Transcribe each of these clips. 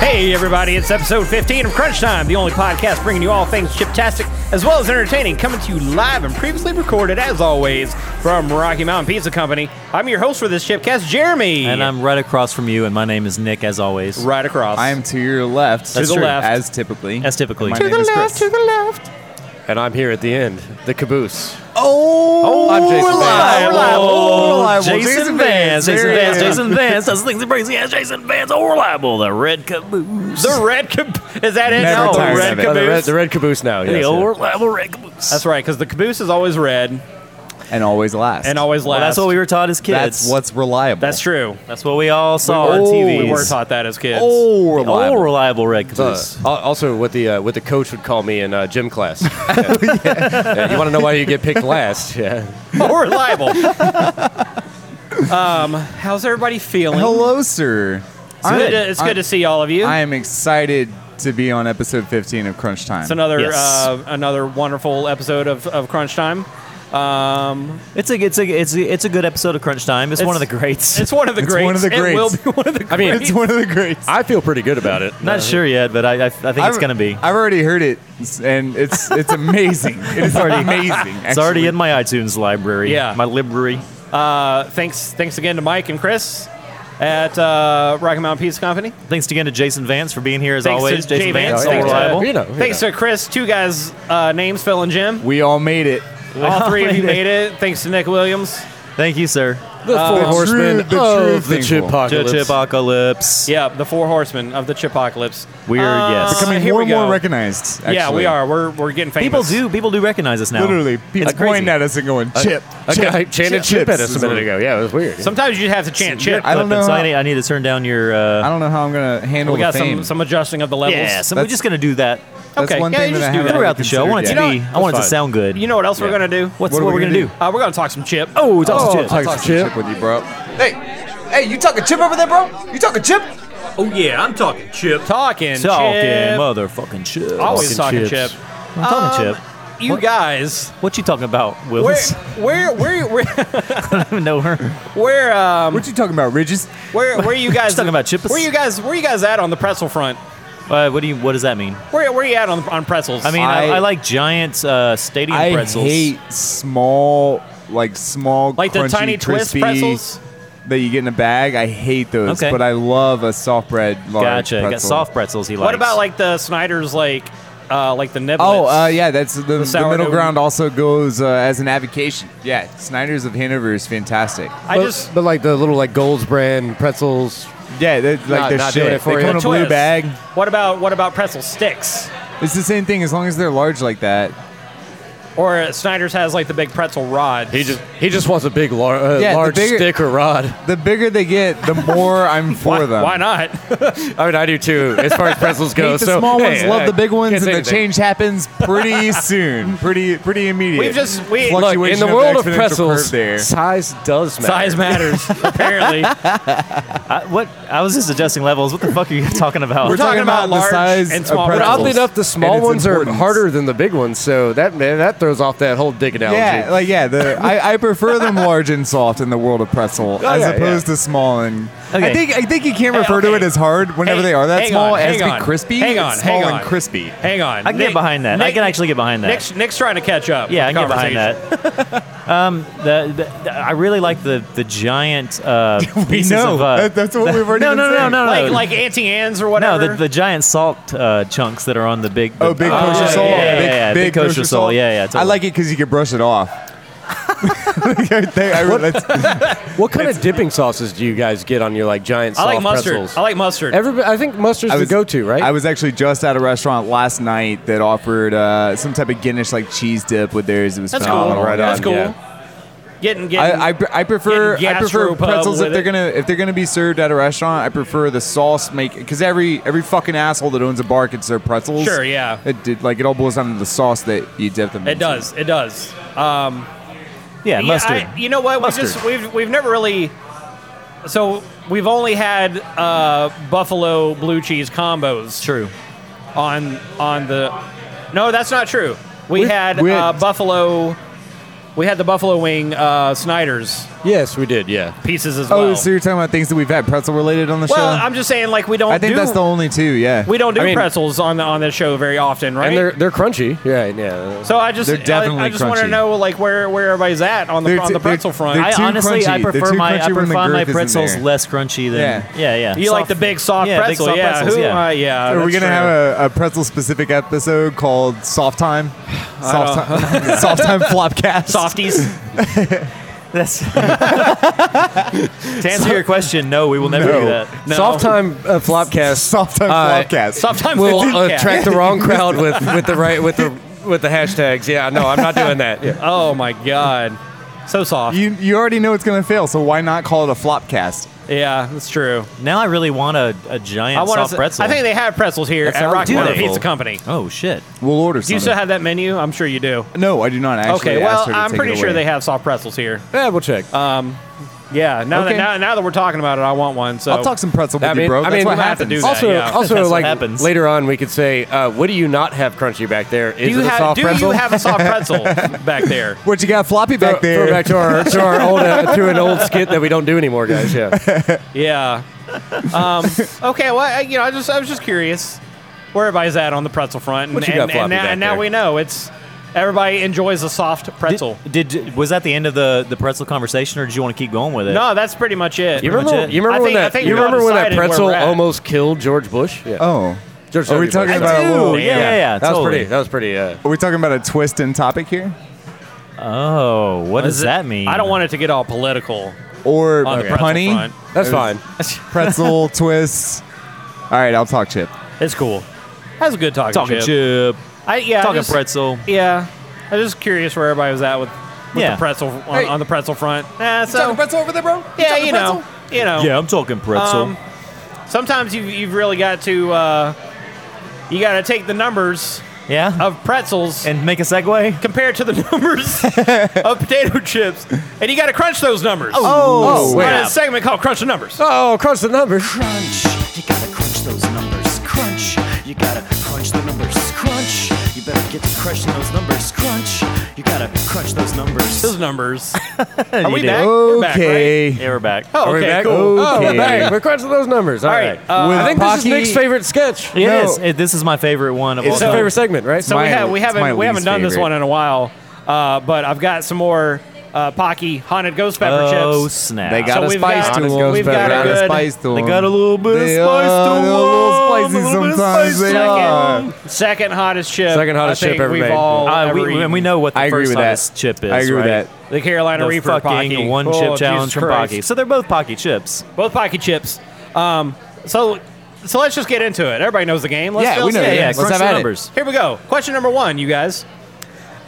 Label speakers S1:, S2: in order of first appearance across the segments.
S1: Hey, everybody, it's episode 15 of Crunch Time, the only podcast bringing you all things chiptastic as well as entertaining, coming to you live and previously recorded, as always, from Rocky Mountain Pizza Company. I'm your host for this chipcast, Jeremy.
S2: And I'm right across from you, and my name is Nick, as always.
S1: right across.
S3: I am to your left.
S2: That's
S1: the true. left.
S3: As typically.
S2: As typically.
S3: And
S2: To
S3: my name is Chris.
S1: the left.
S4: And I'm here at the end, the caboose.
S3: Oh, I'm Jason
S1: reliable.
S2: Oh,
S3: reliable.
S2: Jason Vance, Jason
S3: there he
S2: Vance,
S3: is.
S2: Jason Vance does things that crazy ass Jason Vance, oh, reliable, the red caboose.
S1: The red cab- Is that it?
S3: Never
S1: No,
S3: tired
S1: red
S3: of it.
S4: Oh, the, red,
S1: caboose.
S4: the red caboose now.
S2: the
S4: Yes,
S2: old
S4: yeah.
S2: reliable red caboose.
S1: That's right, because the caboose is always red
S3: And always last.
S1: and always last.
S2: Well, that's what we were taught as kids.
S3: That's what's reliable.
S1: That's true.
S2: That's what we all saw on
S3: Oh,
S2: TV.
S1: We were taught that as kids.
S3: oh,
S2: Oh,
S3: reliable.
S2: reliable red
S4: Uh,
S2: caboose.
S4: al- also, what the uh, what the coach would call me in uh, gym class.
S3: Oh,
S4: Yeah. Yeah, you want to know why you get picked last? Yeah.
S1: More reliable. um, how's everybody feeling?
S3: Hello, sir.
S1: It's good, to, it's good to see all of you.
S3: I am excited to be on episode 15 of Crunch Time.
S1: It's another
S2: Yes.
S1: uh, another wonderful episode of, of Crunch Time. Um,
S2: it's a it's a it's a, it's a good episode of Crunch Time. It's, one of the
S1: It's-
S2: greats.
S1: it's one of the
S3: It's
S1: greats.
S3: one of the
S1: It
S3: greats.
S1: will be one of the greats.
S4: I mean,
S3: it's one of the greats.
S4: I feel pretty good about it.
S2: Not sure yet, but I I, I think it's gonna be.
S3: I've already heard it, and it's it's amazing. it is already amazing.
S2: It's already in my iTunes library.
S1: Yeah.
S2: my library.
S1: uh, thanks thanks again to Mike and Chris at uh, Rocky Mountain Pizza Company.
S2: Thanks again to Jason Vance for being here as
S1: Thanks
S2: always.
S1: to Jay
S2: Jason Vance,
S1: Vance.
S2: all
S1: Thanks,
S2: reliable.
S1: to,
S4: You know, you
S1: thanks to Chris, two guys, uh, names Phil and Jim.
S3: We all made it.
S1: All three of you
S2: made
S1: made it. Thanks to Nick Williams.
S2: Thank you, sir.
S4: The four
S3: horsemen Uh,
S4: horsemen
S3: the true
S4: of the
S3: thankful.
S2: To
S3: uh,
S4: chipocalypse.
S2: Chipocalypse.
S1: Yeah, the four horsemen of the Chipocalypse.
S2: We are, yes.
S1: Uh,
S3: Becoming
S1: here
S3: more
S1: we
S3: and
S1: go.
S3: more recognized. Actually.
S1: Yeah, we are. We're, we're getting famous.
S2: People do people do recognize us now.
S3: Literally, people
S2: it's crazy.
S3: pointing at us and going, "Chip,
S4: A
S3: chip,
S4: guy chanted Uh, chip
S3: chips
S4: at us
S3: is
S4: a minute
S3: what-
S4: ago. Yeah, it was weird.
S1: Sometimes you have to chant chip.
S3: I don't
S2: But- but
S3: know
S2: so
S3: how-
S2: I, need, I need to turn down your.
S3: I
S2: Uh,
S3: don't know how I'm gonna handle
S1: We got
S3: the
S1: some,
S3: fame.
S1: some adjusting of the levels.
S2: yeah, so we're
S3: That's-
S2: just gonna do that
S3: That's
S1: okay,
S3: one
S1: yeah,
S3: thing
S1: you
S3: that
S1: just do
S3: I haven't
S1: that.
S3: really
S2: throughout the show. I want it
S3: considered
S1: yet.
S2: to be.
S1: You know
S2: I want it to
S4: fine.
S2: sound good.
S1: You know what else we're
S4: Yeah.
S1: gonna do?
S2: what's
S3: what
S2: what,
S3: are we
S2: we're gonna
S3: gonna
S2: do?
S3: do?
S1: Uh, we're gonna talk some chip.
S2: Oh, talk
S3: yet.
S2: some
S3: I'll
S2: chip.
S3: talk
S4: Talk
S3: some
S4: chip.
S3: chip with you, bro.
S5: Hey, hey, you talking chip over there, bro? You talking chip?
S1: oh yeah, I'm talking chip. Talking,
S2: Talking
S1: chip.
S2: motherfucking chip.
S1: Always talking
S4: Talking
S1: chip.
S4: chips.
S2: I'm talking chip.
S1: You guys,
S2: What you talking about,
S1: where,
S2: Willis?
S1: where, where, where,
S2: I don't even know her.
S1: where, um,
S3: What you talking about, Ridges?
S1: where, where you guys?
S2: Just talking about chippers?
S1: Where you guys? Where you guys at on the pretzel front?
S2: Uh, what do you? What does that mean?
S1: Where, where you at on on pretzels?
S2: I mean, I,
S3: I-
S2: I like giant uh, stadium
S3: I
S2: pretzels.
S3: hate small, like small,
S1: like the
S3: crunchy,
S1: tiny twist
S3: crispy
S1: pretzels.
S3: that you get in a bag. I hate those,
S2: Okay.
S3: but I love a soft bread large
S2: Gotcha.
S3: pretzel.
S2: Got soft pretzels. He likes.
S1: What about like the Snyder's like, uh, like the niblets?
S3: Oh uh, yeah, that's the, the,
S1: sourdough.
S3: middle ground also goes uh, as an avocation. Yeah, Snyder's of Hanover is fantastic.
S1: I
S4: but,
S1: just
S4: but like the little like Gold's brand pretzels.
S3: Yeah, they, like
S4: Not-
S3: the
S4: not
S3: shit.
S4: doing it for
S3: they
S4: you.
S3: come in a blue
S1: Twist.
S3: bag.
S1: What about what about pretzel sticks?
S3: It's the same thing as long as they're large like that.
S1: Or uh, Snyder's has like the big pretzel rods.
S4: He just he just wants a big lar- uh,
S3: Yeah, the
S4: large
S3: bigger-
S4: stick or rod.
S3: The bigger they get, the more I'm for
S1: why,
S3: them.
S1: why not?
S4: I mean, I do too. As far as pretzels
S3: Hate
S4: go,
S3: the
S4: so
S3: small
S4: hey,
S3: ones,
S4: hey, uh,
S3: love the big
S4: can't
S3: ones, and
S4: say
S3: the
S4: anything.
S3: change happens pretty soon, pretty pretty immediate.
S1: We've just- we- Look,
S4: Look, in
S3: Fluctuation
S4: the world of
S3: exponential
S4: pretzels,
S3: curve there.
S4: size does matter.
S1: Size matters, apparently.
S2: I, what? I was just adjusting levels. What the fuck are you talking about?
S1: We're talking about large and
S3: of
S1: small, but
S4: But
S1: pretzels.
S4: oddly enough, the
S3: and
S4: small
S3: its
S4: ones are
S3: importance.
S4: harder than the big ones, so that man, that throws off that whole dick analogy.
S3: Yeah, like yeah, the I, I prefer them large and soft in the world of pretzel
S4: Oh,
S3: as
S4: yeah,
S3: opposed to small and.
S2: Okay.
S3: I think I think you can refer to
S1: okay.
S3: it as hard whenever
S1: Hey,
S3: they are that
S1: hang
S3: small
S1: on,
S3: as
S1: hang
S3: be
S1: on.
S3: crispy.
S1: Hang on,
S3: it's small
S1: hang on.
S3: and crispy.
S1: Hang on.
S2: I can get behind that. I can actually get behind that.
S1: Nick's, Nick's trying to catch up.
S2: Yeah, I
S1: with
S2: can
S1: the
S2: get behind
S1: conversation.
S2: that. um, the, the, the- I really like the the giant uh, pieces
S3: know.
S2: of. Uh,
S3: That- that's what we've already
S2: No,
S3: been
S2: no, no,
S3: saying.
S2: no, no,
S1: Like, like Auntie Anne's or
S2: no,
S1: whatever.
S2: the, the giant salt uh, chunks that are on the big. The,
S3: Oh, big
S2: yeah,
S3: kosher
S1: yeah,
S3: salt.
S2: Yeah,
S3: big,
S2: yeah,
S3: big,
S2: big kosher salt. Yeah, yeah. Totally.
S3: I like it because you can brush it off. They- I- that's-
S4: what kind of dipping sauces do you guys get on your like giant
S1: I
S4: soft
S1: like mustard.
S4: pretzels?
S1: I like mustard.
S4: Every, I think mustard's
S3: I
S4: the go-to, right?
S3: I was actually just at a restaurant last night that offered uh, some type of Guinness like cheese dip with theirs. It was
S1: That's cool.
S3: phenomenal.
S4: right
S1: That's
S4: on,
S1: cool.
S4: yeah.
S1: Getting, getting.
S3: I, I, pre- I prefer
S1: Getting
S3: I prefer
S1: gastropub
S3: pretzels
S1: with
S3: if
S1: it.
S3: they're gonna if they're gonna be served at a restaurant. I prefer the sauce make because every every fucking asshole that owns a bar can serve pretzels.
S1: Sure, yeah.
S3: It did, like it all boils down to the sauce that you dip them.
S1: it
S3: into.
S1: does. It does. Um, Yeah,
S2: yeah, mustard.
S1: I- you know what? We
S2: Mustard.
S1: just we've we've never really. So we've only had uh, buffalo blue cheese combos
S2: True.
S1: on on the. No, that's not true. We
S3: We-
S1: had
S3: we
S1: uh,
S3: had-
S1: buffalo. We had the buffalo wing uh, Snyder's.
S4: Yes, we did. Yeah.
S1: pieces as well.
S3: Oh, so you're talking about things that we've had pretzel related on the
S1: well,
S3: show?
S1: I'm just saying, like we don't.
S3: I think
S1: do,
S3: that's the only two. Yeah.
S1: we don't do
S4: I mean-
S1: pretzels on the on the show very often, right?
S4: And they're they're crunchy. Yeah. Yeah.
S1: so I just
S3: They're definitely
S1: I, I just want to
S3: crunchy.
S1: know like where where everybody's at on the
S3: They're
S1: on
S3: t-
S1: the
S3: they're-
S1: pretzel front.
S3: they're
S1: I-
S2: I
S3: too
S2: honestly, I
S3: crunchy. They're
S2: prefer
S3: too
S2: my I
S3: crunchy when the
S2: prefer my
S3: girth isn't
S2: pretzels
S3: there.
S2: less crunchy than yeah, yeah.
S1: you like the big soft
S2: yeah, big
S1: pretzel,
S2: soft
S1: yeah?
S2: pretzels,
S1: who-
S2: yeah.
S1: uh, yeah,
S3: Are we
S1: that's
S3: gonna
S1: true.
S3: have a, a pretzel specific episode called Soft Time? Soft Time, soft time Flopcast.
S1: softies?
S2: That's to answer your question. No, we will never do that.
S1: No.
S4: Soft time uh, flopcast.
S3: Soft Time
S1: Uh,
S3: Flopcast.
S1: Soft time
S4: We'll
S1: flopcast.
S4: attract the wrong crowd with, with the right with the with the hashtags. Yeah. No, I'm not doing that. Yeah.
S1: Oh my god, so soft.
S3: You you already know it's gonna fail, so why not call it a Flopcast?
S1: Yeah, that's true.
S2: Now I really want a, a giant
S1: I want
S2: soft pretzel.
S1: I think they have pretzels here
S3: That
S1: at
S3: sounds
S1: Rocky Mountain
S4: wonderful.
S1: Pizza Company.
S2: oh shit.
S3: We'll order
S1: Do
S3: some.
S1: you still have that menu? I'm sure you do.
S3: no, I do not actually.
S1: Okay,
S3: asked
S1: well,
S3: her to
S1: I'm
S3: take
S1: pretty
S3: it
S1: sure
S3: away.
S1: they have soft pretzels here.
S4: Yeah. We'll check.
S1: Yeah, now
S3: Okay.
S1: that now, now that we're talking about it, I want one. So
S3: I'll talk some pretzel with
S4: I
S3: you,
S4: mean,
S3: bro.
S4: I
S3: That's
S4: mean,
S3: what
S1: we'll have to do
S3: happens.
S1: that.
S4: also,
S1: yeah.
S4: also,
S2: That's what
S4: like
S2: happens.
S4: later on, we could say, uh, "What do you not have crunchy back there?
S1: do
S4: Is
S1: you
S4: it a
S1: have
S4: soft
S1: do
S4: pretzel?"
S1: you have a soft pretzel back there?
S3: What you got, floppy back
S4: Throw-
S3: there?
S4: Throw back to our to our old uh, to an old skit that we don't do anymore, guys. Yeah.
S1: Yeah. Um, okay. Well, I, you know, I just I was just curious where everybody's at on the pretzel front, and,
S4: What you
S1: and,
S4: got floppy
S1: and, now,
S4: back
S1: and now
S4: there?
S1: we know it's everybody enjoys a soft pretzel.
S2: Did, did was that the end of the the pretzel conversation, or did you want to keep going with it?
S1: no, that's pretty much it.
S4: You remember?
S2: Legit.
S4: You remember
S1: I
S4: when
S1: think- I
S4: that?
S1: think
S4: You
S1: we all
S4: remember when that
S1: decided where
S4: pretzel
S1: we're at.
S4: almost killed George Bush? Yeah.
S3: Oh,
S4: George
S3: are we
S4: W. Bush.
S3: talking
S4: I
S3: about? a
S2: do.
S3: little-
S2: Yeah, yeah, yeah,
S4: That was
S2: totally.
S4: pretty. That was pretty. Uh,
S3: Are we talking about a twist in topic here,
S2: Oh, what does that mean?
S1: I don't want it to get all political
S3: or
S1: on the pretzel
S3: punny?
S1: front.
S4: that's fine.
S3: pretzel twists. All right, I'll talk chip.
S1: It's cool. That's a good talking,
S2: talking
S1: chip.
S2: chip,
S1: I, yeah, I
S2: talking
S1: just-
S2: pretzel.
S1: Yeah, I was just curious where everybody was at with, with
S2: Yeah.
S1: the pretzel on,
S3: Hey.
S1: on the pretzel front. Nah, so
S3: talking pretzel over there, bro?
S1: yeah, you know, you know.
S2: Yeah, I'm talking pretzel.
S1: Um, sometimes you you've really got to uh, you got to take the numbers
S2: yeah,
S1: of pretzels
S2: and make a segue.
S1: compared to the numbers of potato chips, and you got to crunch those numbers.
S3: Oh,
S1: on a
S3: wait.
S1: segment called Crunch the Numbers.
S4: Oh, crunch the numbers.
S6: crunch. You gotta crunch those numbers. Crunch. You gotta crunch the numbers. Crunch. You better get to crushing those numbers. Crunch. You gotta crunch those numbers.
S1: Those numbers. Are we
S2: did.
S1: back? We're back, right?
S3: Okay.
S2: Yeah, we're back.
S1: Oh,
S4: Are we
S1: okay,
S4: back?
S1: cool.
S4: Oh, we're
S3: Okay.
S4: back. We're crunching those numbers. All right.
S1: right, uh,
S3: With
S4: I think this is
S3: Pocky-
S4: Nick's favorite sketch.
S2: It
S3: No.
S2: is. It- this is my favorite one of all
S4: It's his
S2: time.
S4: favorite segment, right?
S1: So we
S3: my-
S1: have we
S3: it's my
S1: haven't we haven't
S3: least
S1: done this
S3: favorite.
S1: one in a while, uh, but I've got some more uh, Pocky haunted ghost pepper
S2: Oh
S1: chips.
S2: snap!
S3: They got
S1: So
S3: a
S1: we've
S3: spice
S1: got-
S3: to
S1: honest
S3: them.
S1: goes We've better. got a
S3: They
S1: good-
S3: spice to
S2: They
S3: them.
S2: got a little bit
S3: They
S2: of spice
S3: are,
S2: to
S3: they're
S2: them,
S3: A little
S2: a
S3: spicy
S2: little bit of
S3: sometimes.
S2: spice
S3: They
S2: to them.
S3: are.
S1: Second hottest chip.
S4: Second hottest
S1: I think
S4: chip ever
S1: we've
S4: made.
S1: All
S2: Uh,
S1: ever
S2: we,
S1: eaten.
S2: and we know what the
S3: I agree
S2: first
S3: with that.
S2: hottest chip is.
S3: I agree with
S2: right?
S3: that.
S1: The Carolina
S2: The
S1: Reaper
S2: fucking
S1: Pocky.
S2: one
S1: Oh,
S2: chip
S1: Jesus
S2: challenge from
S1: Christ.
S2: Pocky. So they're both Pocky chips.
S1: Both Pocky chips. Um, so so let's just get into it. Everybody knows the game. Let's,
S3: Yeah, we
S1: let's-
S3: know the
S2: Yeah,
S3: Let's
S2: crunch
S3: have
S2: the
S3: at it.
S2: numbers.
S1: Here we go. Question number one, you guys.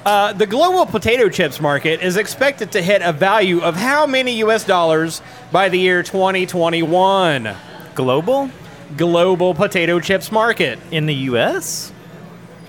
S1: Uh, the global potato chips market is expected to hit a value of how many U.S. dollars by the year 2021?
S2: Global
S1: Global potato chips market.
S2: in the U.S.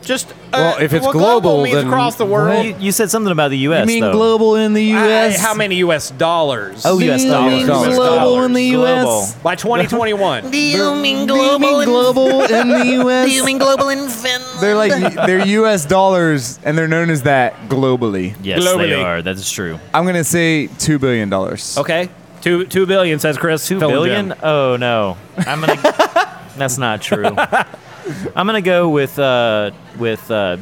S1: Just uh,
S4: Well, if it's
S1: well,
S4: global,
S1: means
S4: then
S1: across the world.
S2: You, you said something about the U.S.
S3: You mean
S2: though.
S3: global in the
S1: I-
S3: U.S.?
S1: how many U.S. dollars?
S2: Oh, U.S.
S3: You
S2: dollars.
S3: mean
S1: Dollars.
S3: global in the
S2: Global.
S3: U.S.?
S1: by 2021.
S7: You mean
S3: Do you mean global in the U.S.?
S7: global in Finland?
S3: They're like they're U.S. dollars, and they're known as that globally.
S2: Yes, they
S1: Globally.
S2: are. That is true.
S3: I'm gonna say two billion dollars.
S1: okay, two two billion says Chris.
S2: Two
S1: Phil and
S2: billion?
S1: Jim.
S2: Oh no, I'm gonna. that's not true. I'm gonna go with uh, with uh,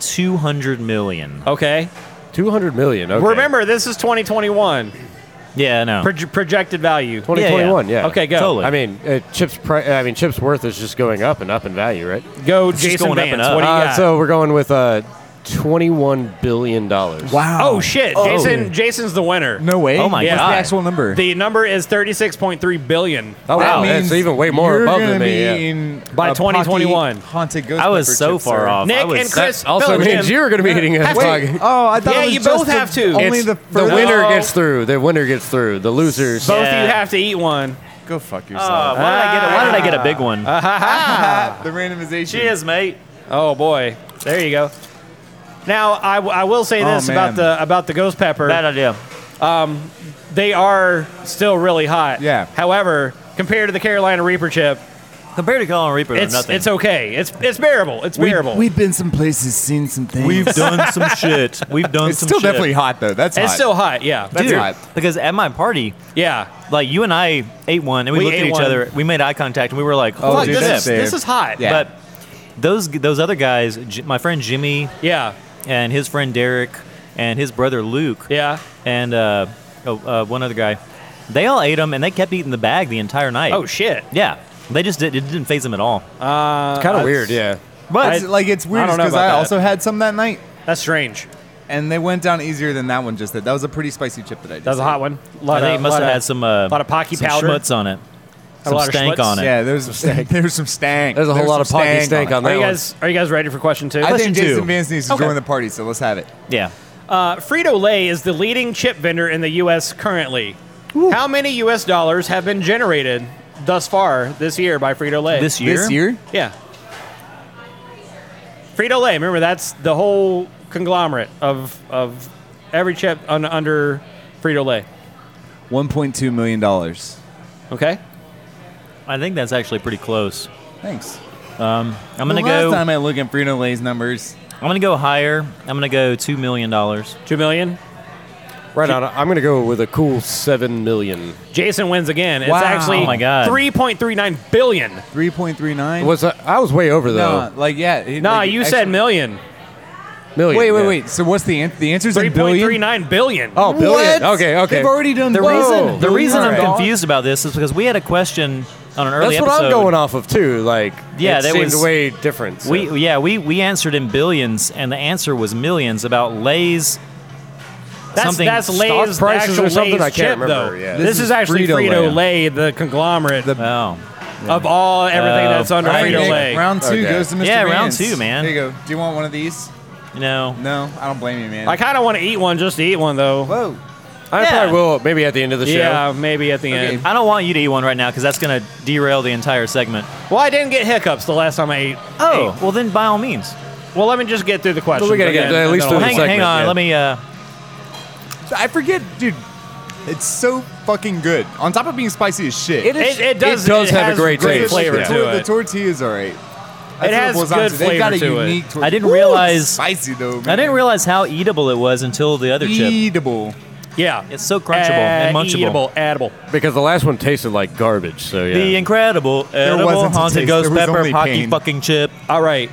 S2: two hundred million.
S1: Okay.
S4: 200 million. Okay.
S1: Remember, this is 2021
S2: Yeah, no.
S1: Pro- projected value.
S4: 2021. Yeah.
S1: Okay, go.
S2: Totally.
S4: I mean, uh, chips. Pri- I mean, chips worth is just going up and up in value, right?
S1: Go,
S2: just
S1: Jason
S2: going up and
S1: Vance.
S2: up.
S1: What do you
S4: Uh,
S1: got?
S4: so we're going with uh, 21 billion dollars.
S3: Wow.
S1: oh shit, Jason. Jason's the winner.
S3: No way.
S2: Oh my
S3: What's
S2: God.
S3: the actual number?
S1: The number is 36.3 billion.
S4: Oh wow,
S3: That means
S4: that's even way more
S3: you're
S4: above
S3: gonna
S4: than me.
S3: be
S4: yeah.
S3: eating
S1: By
S3: a
S1: 2021.
S3: Pocky haunted ghost.
S2: I was
S3: pepper
S2: so
S3: chip,
S2: far
S3: sir.
S2: off. I
S1: Nick
S2: was-
S1: and Chris. Phil
S4: Also
S1: and
S4: means
S1: Jim.
S4: you're going to be eating a
S3: Wait.
S4: Wait,
S3: Oh, I thought
S1: Yeah,
S3: it was
S1: you
S3: just
S1: both
S3: the-
S1: have to.
S3: Only
S1: It's-
S3: the
S4: the
S3: first.
S4: winner
S1: No.
S4: gets through. The winner gets through. The losers.
S1: Both of
S2: Yeah.
S1: you have to eat one.
S3: Go fuck
S2: Uh,
S3: yourself.
S2: why, did I get a, why did I get a big one?
S1: Uh-huh.
S3: the randomization.
S2: Cheers, mate.
S1: Oh boy, there you go. Now I, w- I will say
S3: Oh,
S1: this
S3: man.
S1: about the about the ghost pepper.
S2: Bad idea.
S1: they are still really hot.
S3: Yeah.
S1: However, compared to the Carolina Reaper chip,
S2: Compared to Colin Reaper, they're
S1: It's
S2: nothing.
S1: it's okay. It's it's bearable. It's bearable.
S3: We've been some places, seen some things.
S2: done some shit. We've done
S3: It's still definitely hot though. That's
S1: it's
S3: hot.
S1: still hot. Yeah. That's
S2: Dude,
S1: right.
S2: because at my party,
S1: Yeah.
S2: like you and I ate one, and we,
S1: We
S2: looked at
S1: ate
S2: each
S1: one.
S2: other. We made eye contact, and we were like, "Oh,
S1: Fuck,
S3: dude,
S1: this,
S3: that's
S1: is, this
S3: saved.
S1: is hot.
S3: Yeah.
S2: But those those other guys, J- my friend Jimmy
S1: Yeah.
S2: and his friend Derek and his brother Luke,
S1: Yeah.
S2: and uh, oh, uh, one other guy, they all ate them, and they kept eating the bag the entire night.
S1: Oh shit.
S2: yeah, they just did, it didn't phase them at all.
S1: Uh,
S4: Kind of weird, yeah.
S2: but
S3: It's, like it's weird
S1: I don't know
S3: because
S1: about
S3: I,
S1: that.
S3: also had some that night,
S1: That's strange.
S3: and they went down easier than that one just did. That was a pretty spicy chip that I just.
S1: That was a
S3: ate.
S1: hot one. A lot
S2: I think
S1: of-
S2: it must
S1: lot
S2: have
S1: of-
S2: had some uh,
S1: lot of Pocky
S2: some
S1: powder.
S2: schmutz on it,
S1: A
S2: some
S1: lot of
S2: stank
S1: schmutz.
S2: on it.
S3: Yeah, there's there's some stank.
S4: There's a whole lot of
S3: some
S4: pocky stank
S3: it.
S4: on
S1: Are
S4: that
S1: you
S4: one.
S1: guys are you guys ready for question two?
S3: I
S2: Question
S3: think
S2: two.
S3: Jason Vance needs to
S1: Okay.
S3: join the party, so let's have it.
S2: yeah.
S1: Uh, Frito Lay is the leading chip vendor in the U.S. currently. How many U.S. dollars have been generated thus far this year by Frito Lay?
S2: This year,
S3: This year,
S1: yeah. Frito Lay. Remember, that's the whole conglomerate of of every chip un, under Frito Lay.
S3: 1.2 million dollars.
S1: Okay.
S2: I think that's actually pretty close.
S3: Thanks.
S2: I'm gonna
S3: the last
S2: go.
S3: time I look at Frito Lay's numbers,
S2: I'm gonna go higher. I'm gonna go two million dollars.
S1: Two million.
S4: Right on. I'm going to go with a cool 7 million.
S1: Jason wins again. It's
S3: Wow.
S1: actually
S2: Oh my God.
S1: three point three nine billion.
S3: 3.39.
S4: Was uh, I, I was way over, though.
S3: no, like yeah. it-
S1: No,
S3: like,
S1: you
S3: actually-
S1: said million.
S4: Million.
S3: Wait, wait,
S4: yeah.
S3: wait. So what's the answer? The answer's
S1: Three
S3: in
S1: point
S3: billion.
S1: three nine billion.
S3: Oh, billion.
S4: What? Okay, okay.
S3: They've already done
S4: The
S3: Whoa.
S4: reason-
S2: The reason I'm
S3: Alright.
S2: confused about this is because we had a question on an early
S4: That's
S2: episode.
S4: what I'm going off of, too. Like,
S2: Yeah,
S4: it
S2: that
S4: seemed
S2: was-
S4: way different. so.
S2: We yeah we we answered in billions and the answer was millions about Lay's.
S1: That's,
S2: something
S1: that's
S2: stock
S1: Lay's the
S4: prices
S1: actual
S4: or something?
S1: Lay's
S4: I can't
S1: chip,
S4: remember,
S1: Though.
S4: yeah.
S1: This,
S3: This
S1: is
S3: is
S1: actually Frito
S3: Frito-Lay.
S1: Lay, the conglomerate
S3: The-
S2: Oh
S1: of all everything
S2: Oh.
S1: that's under
S3: Alright,
S1: Frito
S3: Nick,
S1: Lay.
S3: Round two
S4: Okay.
S3: goes to Mr.
S2: Yeah, round
S3: Vance.
S2: two, man.
S3: Here you go. Do you want one of these?
S2: you know
S3: No, I don't blame you, man.
S1: I kind of want to eat one just to eat one though.
S3: Whoa.
S4: I
S2: Yeah.
S4: probably will maybe at the end of the show.
S1: Yeah, maybe at the end.
S2: I don't want you to eat one right now because that's gonna derail the entire segment.
S1: Well, I didn't get hiccups the last time I ate.
S2: Oh well then by all means.
S1: ate. well, let me just get through the question.
S4: we gotta get at least
S2: Well,
S4: through the
S2: hang, hang
S4: segment,
S2: on
S4: yeah.
S2: let me uh
S3: I forget, dude. It's so fucking good. On top of being spicy as shit.
S4: It
S1: It, it does.
S4: It does have a
S1: has
S4: great
S1: great
S4: taste.
S1: flavor
S3: the,
S1: to
S3: The
S1: it.
S3: tortilla's all right. That's
S1: It has
S3: what boils down
S1: good
S3: to. They've got
S1: flavor to
S3: a
S1: it.
S3: unique tortilla.
S2: I didn't
S3: Ooh, it's
S2: realize-
S3: spicy though. Man.
S2: I didn't realize how eatable it was until the other
S3: E-
S2: chip.
S3: Eatable.
S1: Yeah,
S2: It's so crunchable and
S1: Uh,
S2: munchable.
S1: eatable, edible.
S4: Because the last one tasted like garbage, so yeah.
S2: The incredible edible
S3: wasn't a
S2: haunted
S3: taste,
S2: ghost
S3: there was
S2: pepper
S3: only
S2: hockey
S3: pain.
S2: fucking chip.
S1: All right.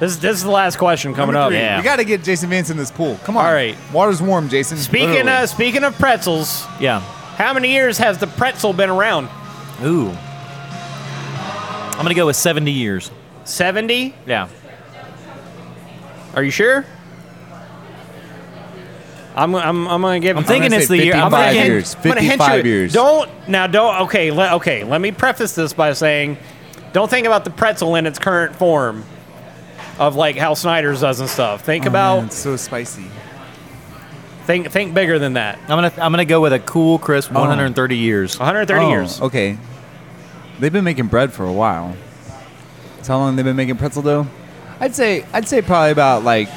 S1: This is this is the last question coming
S3: Number
S1: up.
S3: three.
S2: Yeah.
S3: We got to get Jason Vance in this pool. Come on.
S1: All right.
S3: Water's warm, Jason.
S1: Speaking
S3: Literally.
S1: of speaking of pretzels,
S2: Yeah.
S1: how many years has the pretzel been around?
S2: Ooh. I'm gonna go with 70 years.
S1: Seventy.
S2: Yeah.
S1: Are you sure? I'm I'm I'm gonna give.
S2: I'm thinking
S3: gonna
S2: it's
S3: say
S2: the year. I'm
S3: 55
S2: thinking
S3: years.
S1: I'm gonna hint you-
S3: 55 years.
S1: Don't now. Don't okay. Let, okay. Let me preface this by saying, don't think about the pretzel in its current form, of like how Snyder's does and stuff. Think
S3: Oh,
S1: about
S3: man, it's so spicy.
S1: think think bigger than that.
S2: I'm gonna I'm gonna go with a cool crisp 130 years.
S1: 130
S3: Oh,
S1: years.
S3: Okay. They've been making bread for a while. That's how long they've been making pretzel dough? I'd say I'd say probably about like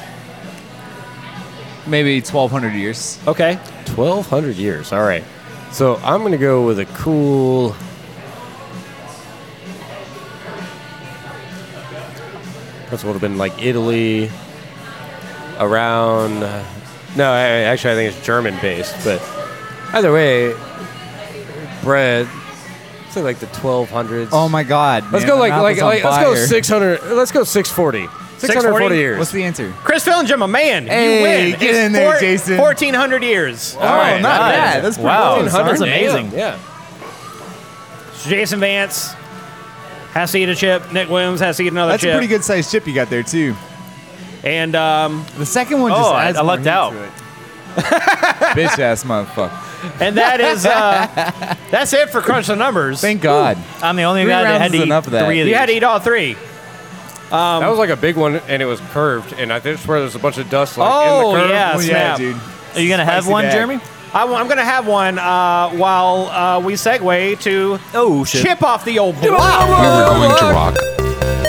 S3: maybe twelve hundred years.
S1: Okay.
S4: 1,200 years. All right. So I'm going to go with a cool. That's would have been like Italy around. uh, No, I- actually, I think it's German based, but either way, bread. Say like the 1200s.
S3: Oh my god.
S4: Let's
S3: man,
S4: go
S3: my
S4: like
S3: mouth
S4: like,
S3: is on
S4: like let's go
S3: fire.
S4: 600. Let's go 640. 640 years.
S3: What's the answer?
S1: Chris Phil and Jim, a man, you
S3: Hey,
S1: win.
S3: get
S1: It's
S3: in there, Jason.
S1: 1400 years.
S3: Oh,
S4: right,
S3: not
S2: nice.
S3: bad. That's pretty
S2: Wow.
S3: close, huh?
S2: That's amazing.
S4: Yeah.
S1: Jason Vance has to eat a chip. Nick Williams has to eat another
S3: That's
S1: chip.
S3: a pretty good sized chip you got there too.
S1: And um,
S3: The second one
S2: Oh,
S3: just
S2: I-
S3: adds
S2: I
S3: more
S2: lucked
S3: heat to
S2: out.
S3: it. Bitch ass motherfucker.
S1: and that is uh, that's it for crunch the numbers.
S3: Thank God.
S2: I'm the only
S3: Three
S2: guy that
S3: rounds
S2: had to
S3: is
S2: eat
S3: enough of that.
S2: three of
S1: you
S2: these.
S1: had to eat all three.
S4: that was like a big one, and it was curved. And I just swear there's a bunch of dust like
S1: Oh,
S4: in the curve.
S1: yeah, snap.
S3: dude.
S2: Are you gonna have
S3: Spicy
S2: one,
S3: bag.
S2: Jeremy?
S1: I, am gonna have one uh, while uh, we segue to
S2: Oh shit.
S1: chip off the old block.
S7: We were going to rock,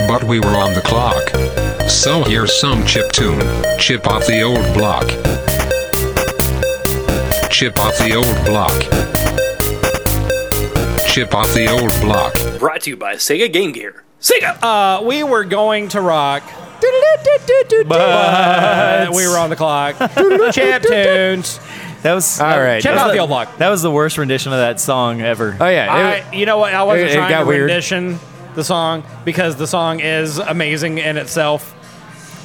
S7: but we were on the clock. So here's some chip tune. Chip off the old block. Chip off the old block. Chip off the old block.
S1: Brought to you by Sega Game Gear. Sega. Uh, we were going to rock, but we were on the clock. Chip tunes.
S2: That was
S4: All
S2: that-
S4: right.
S2: that
S1: Check
S2: was
S1: out the
S2: the-
S1: old block.
S2: That was the worst rendition of that song ever.
S4: Oh yeah, it-
S1: I, you know what? I wasn't
S4: it- it
S1: trying
S4: got
S1: to
S4: weird.
S1: rendition the song because the song is amazing in itself.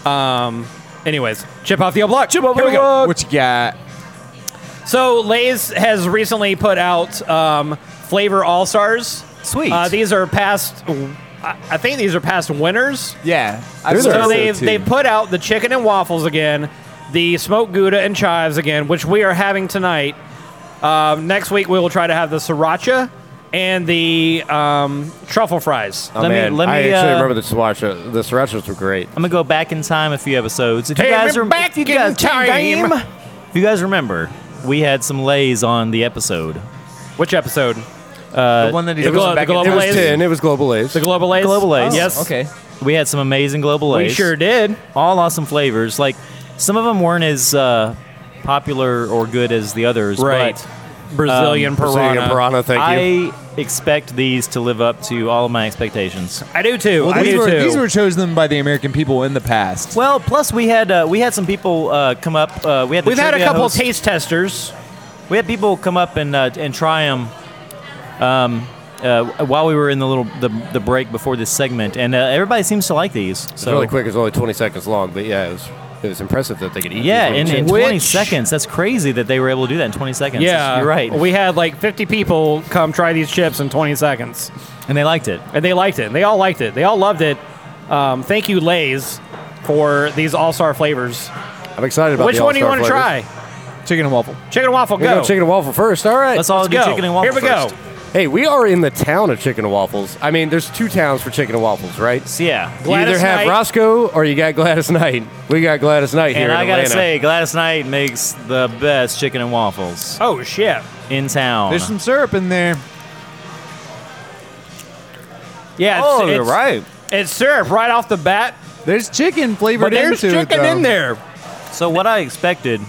S1: Um. Anyways, chip off the old block. Chip off the block.
S3: What you got?
S1: So Lay's has recently put out um, Flavor All Stars.
S2: Sweet.
S1: Uh, these are past. I I think these are past winners.
S3: Yeah. I
S4: Those
S3: believe
S4: are-
S1: So
S3: so,
S1: they've
S3: too.
S1: they put out the chicken and waffles again, the smoked gouda and chives again, which we are having tonight. Um, next week we will try to have the sriracha and the um, truffle fries.
S4: oh
S2: let me-
S4: man,
S2: let
S4: I
S2: me,
S4: actually
S2: uh,
S4: remember the sriracha. The srirachas were great.
S2: I'm gonna go back in time a few episodes. If you
S1: Take
S2: guys
S1: me
S2: rem-
S1: back
S2: if you
S1: in
S2: guys-
S1: time.
S2: If you guys remember, we had some lays on the episode.
S1: Which episode?
S3: the one that he
S1: the
S3: goes
S1: glo-
S3: back
S1: the
S3: in
S1: global
S4: It was
S1: Blaze?
S4: ten. It was global A's.
S1: The global lays.
S2: Global Lays.
S1: Oh, yes.
S3: Okay.
S2: We had some amazing global
S1: We
S2: lays.
S1: sure did.
S2: all awesome flavors. Like some of them weren't as uh, popular or good as the others. But
S1: Brazilian
S4: Brazilian
S1: piranha.
S4: piranha. Thank you.
S2: I expect these to live up to all of my expectations.
S1: I do too.
S3: Well,
S1: I
S3: these
S1: do
S3: were,
S1: too.
S3: these were chosen by the American people in the past.
S2: Well, plus we had uh, we had some people uh, come up. Uh, we had the
S1: We've had a
S2: trivia
S1: couple
S2: host.
S1: taste testers.
S2: we had people come up and uh, and try them. Um, uh, while we were in the little the, the break before this segment, and uh, everybody seems to like these.
S4: It's
S2: So
S4: really quick. It's only 20 seconds long, but yeah, it was, it was impressive that they could eat.
S2: yeah,
S4: these
S2: in, in
S4: little chips.
S2: 20
S1: Which-
S2: seconds, that's crazy that they were able to do that in 20 seconds. you're right.
S1: We had like 50 people come try these chips in 20 seconds,
S2: and they liked it.
S1: and they liked it. They all liked it. They all loved it. Um, thank you, Lay's, for these all star flavors.
S4: I'm excited about
S1: Which
S4: the
S1: one do you
S4: All-Star
S1: want to
S4: flavors.
S1: try?
S3: Chicken and waffle.
S1: Chicken and waffle,
S4: We go
S1: go.
S4: chicken and waffle first. All right.
S2: Let's all
S1: Let's
S2: do
S1: go.
S2: chicken and waffle
S1: Here we
S2: first.
S1: go.
S4: hey, we are in the town of chicken and waffles. I mean, there's two towns for chicken and waffles, right?
S2: So, yeah.
S1: Gladys
S4: you either have
S1: Knight.
S4: Roscoe or you got Gladys Knight. We got Gladys Knight here.
S2: And
S4: in
S2: I gotta
S4: Atlanta.
S2: say, Gladys Knight makes the best chicken and waffles
S1: Oh, shit.
S2: in
S1: Oh,
S2: town.
S3: There's some syrup in there.
S1: Yeah, it's,
S2: oh,
S1: it's,
S2: you're right.
S1: It's syrup right off the bat,
S3: There's chicken flavored
S1: but there's
S3: into
S1: chicken
S3: it. though.
S1: in there.
S2: So what I expected,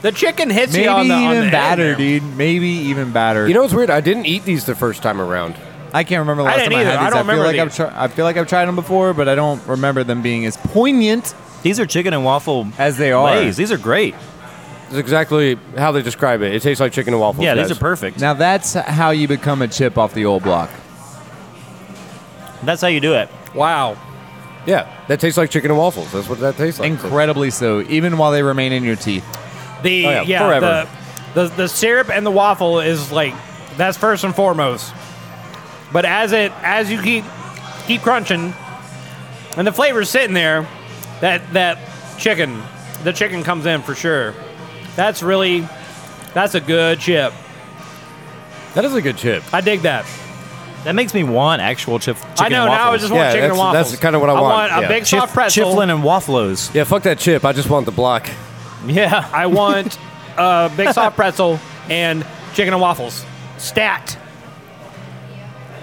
S1: The chicken hits
S3: Maybe
S1: you on the on the
S3: even
S1: head
S3: batter,
S1: there.
S3: dude. Maybe even batter.
S4: You know what's weird? I didn't eat these the first time around.
S3: I can't remember the
S1: I
S3: last
S1: didn't
S3: time I
S1: either.
S3: had
S1: I
S3: these.
S1: don't
S3: feel
S1: remember
S3: like I've
S1: these.
S3: tri- I feel like I've tried them before, but I don't remember them being as poignant
S2: these are chicken and waffle
S3: as they are.
S2: lays. These are great.
S4: It's exactly how they describe it. It tastes like chicken and waffles.
S2: Yeah, these are
S4: guys.
S2: perfect.
S3: Now that's how you become a chip off the old block.
S2: That's how you do it.
S1: Wow.
S4: Yeah, that tastes like chicken and waffles. That's what that tastes like.
S3: Incredibly so, even while they remain in your teeth.
S1: The
S4: Oh,
S1: yeah,
S4: yeah, forever.
S1: The, the the syrup and the waffle is like that's first and foremost. But as it as you keep keep crunching, and the flavor's sitting there, that that chicken, the chicken comes in for sure. That's really that's a good chip.
S4: That is a good chip.
S1: I dig that.
S2: That makes me want actual chip. Chicken
S1: I know
S2: and
S1: now I
S2: waffles.
S1: just want
S4: Yeah,
S1: chicken and
S4: that's-
S1: waffles.
S4: that's kinda what I want,
S1: I want a
S4: yeah.
S1: big soft pretzel.
S2: Chiflin and wafflos.
S4: Yeah, fuck that chip. I just want the block.
S2: Yeah.
S1: I want a big soft pretzel and chicken and waffles. Stat.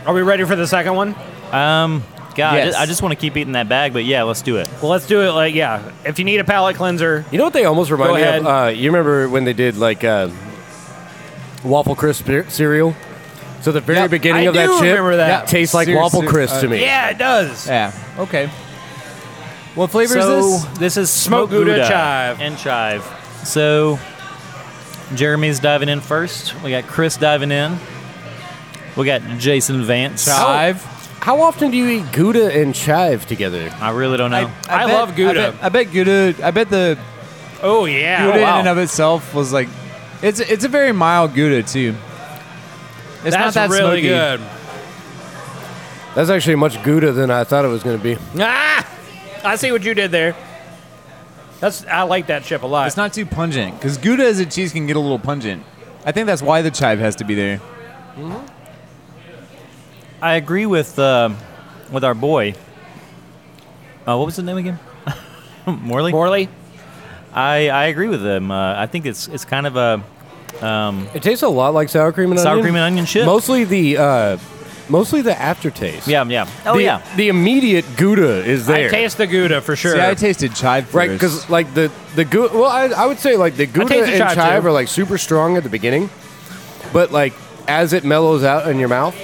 S1: Are we ready for the second one?
S2: Um. God, I
S3: Yes.
S2: just, I just want to keep eating that bag, but yeah, let's do it.
S1: Well, let's do it. Like, yeah, if you need a palate cleanser,
S4: You know what they almost remind
S1: Go
S4: me
S1: ahead.
S4: of? Uh, you remember when they did like uh, waffle crisp cer- cereal? So the very
S3: Yep.
S4: beginning
S1: I
S4: of that
S1: do
S4: chip
S1: remember that.
S4: yeah, tastes like
S3: Seriously,
S4: waffle crisp
S3: uh,
S4: to me.
S1: yeah, it does.
S3: Yeah. Okay. What flavor
S2: so
S3: is this?
S2: is
S1: Smoked
S2: smoked
S1: Gouda
S2: Gouda,
S1: chive.
S2: and chive. So Jeremy's diving in first. We got Chris diving in. We got Jason Vance.
S3: Chive.
S4: How often do you eat Gouda and chive together?
S2: I really don't know.
S1: I love Gouda.
S3: I bet, I bet Gouda. I bet the
S1: Oh yeah.
S3: Gouda
S1: Oh, wow.
S3: in and of itself was like, it's it's a very mild Gouda too. It's
S1: That's
S3: not that
S1: really
S3: smoky.
S1: good.
S4: That's actually much Gouda than I thought it was going to be.
S1: Ah, I see what you did there. That's I like that chip a lot.
S3: It's not too pungent because Gouda as a cheese can get a little pungent. I think that's why the chive has to be there.
S2: I agree with uh, with our boy. Uh, what was his name again? Morley.
S1: Morley.
S2: I, I agree with him. Uh, I think it's it's kind of a
S4: It tastes a lot like sour cream and
S2: sour
S4: onion.
S2: cream and onion chip.
S4: Mostly the uh, mostly the aftertaste.
S2: yeah, yeah. Oh
S4: the,
S2: yeah.
S4: The immediate Gouda is there.
S1: I taste the Gouda for sure.
S3: See, I tasted chive first.
S4: Right, because like the the goo. Well, I, I would say like the Gouda
S1: taste
S4: and
S1: the
S4: chive,
S1: chive, too.
S4: are like super strong at the beginning, but like as it mellows out in your mouth,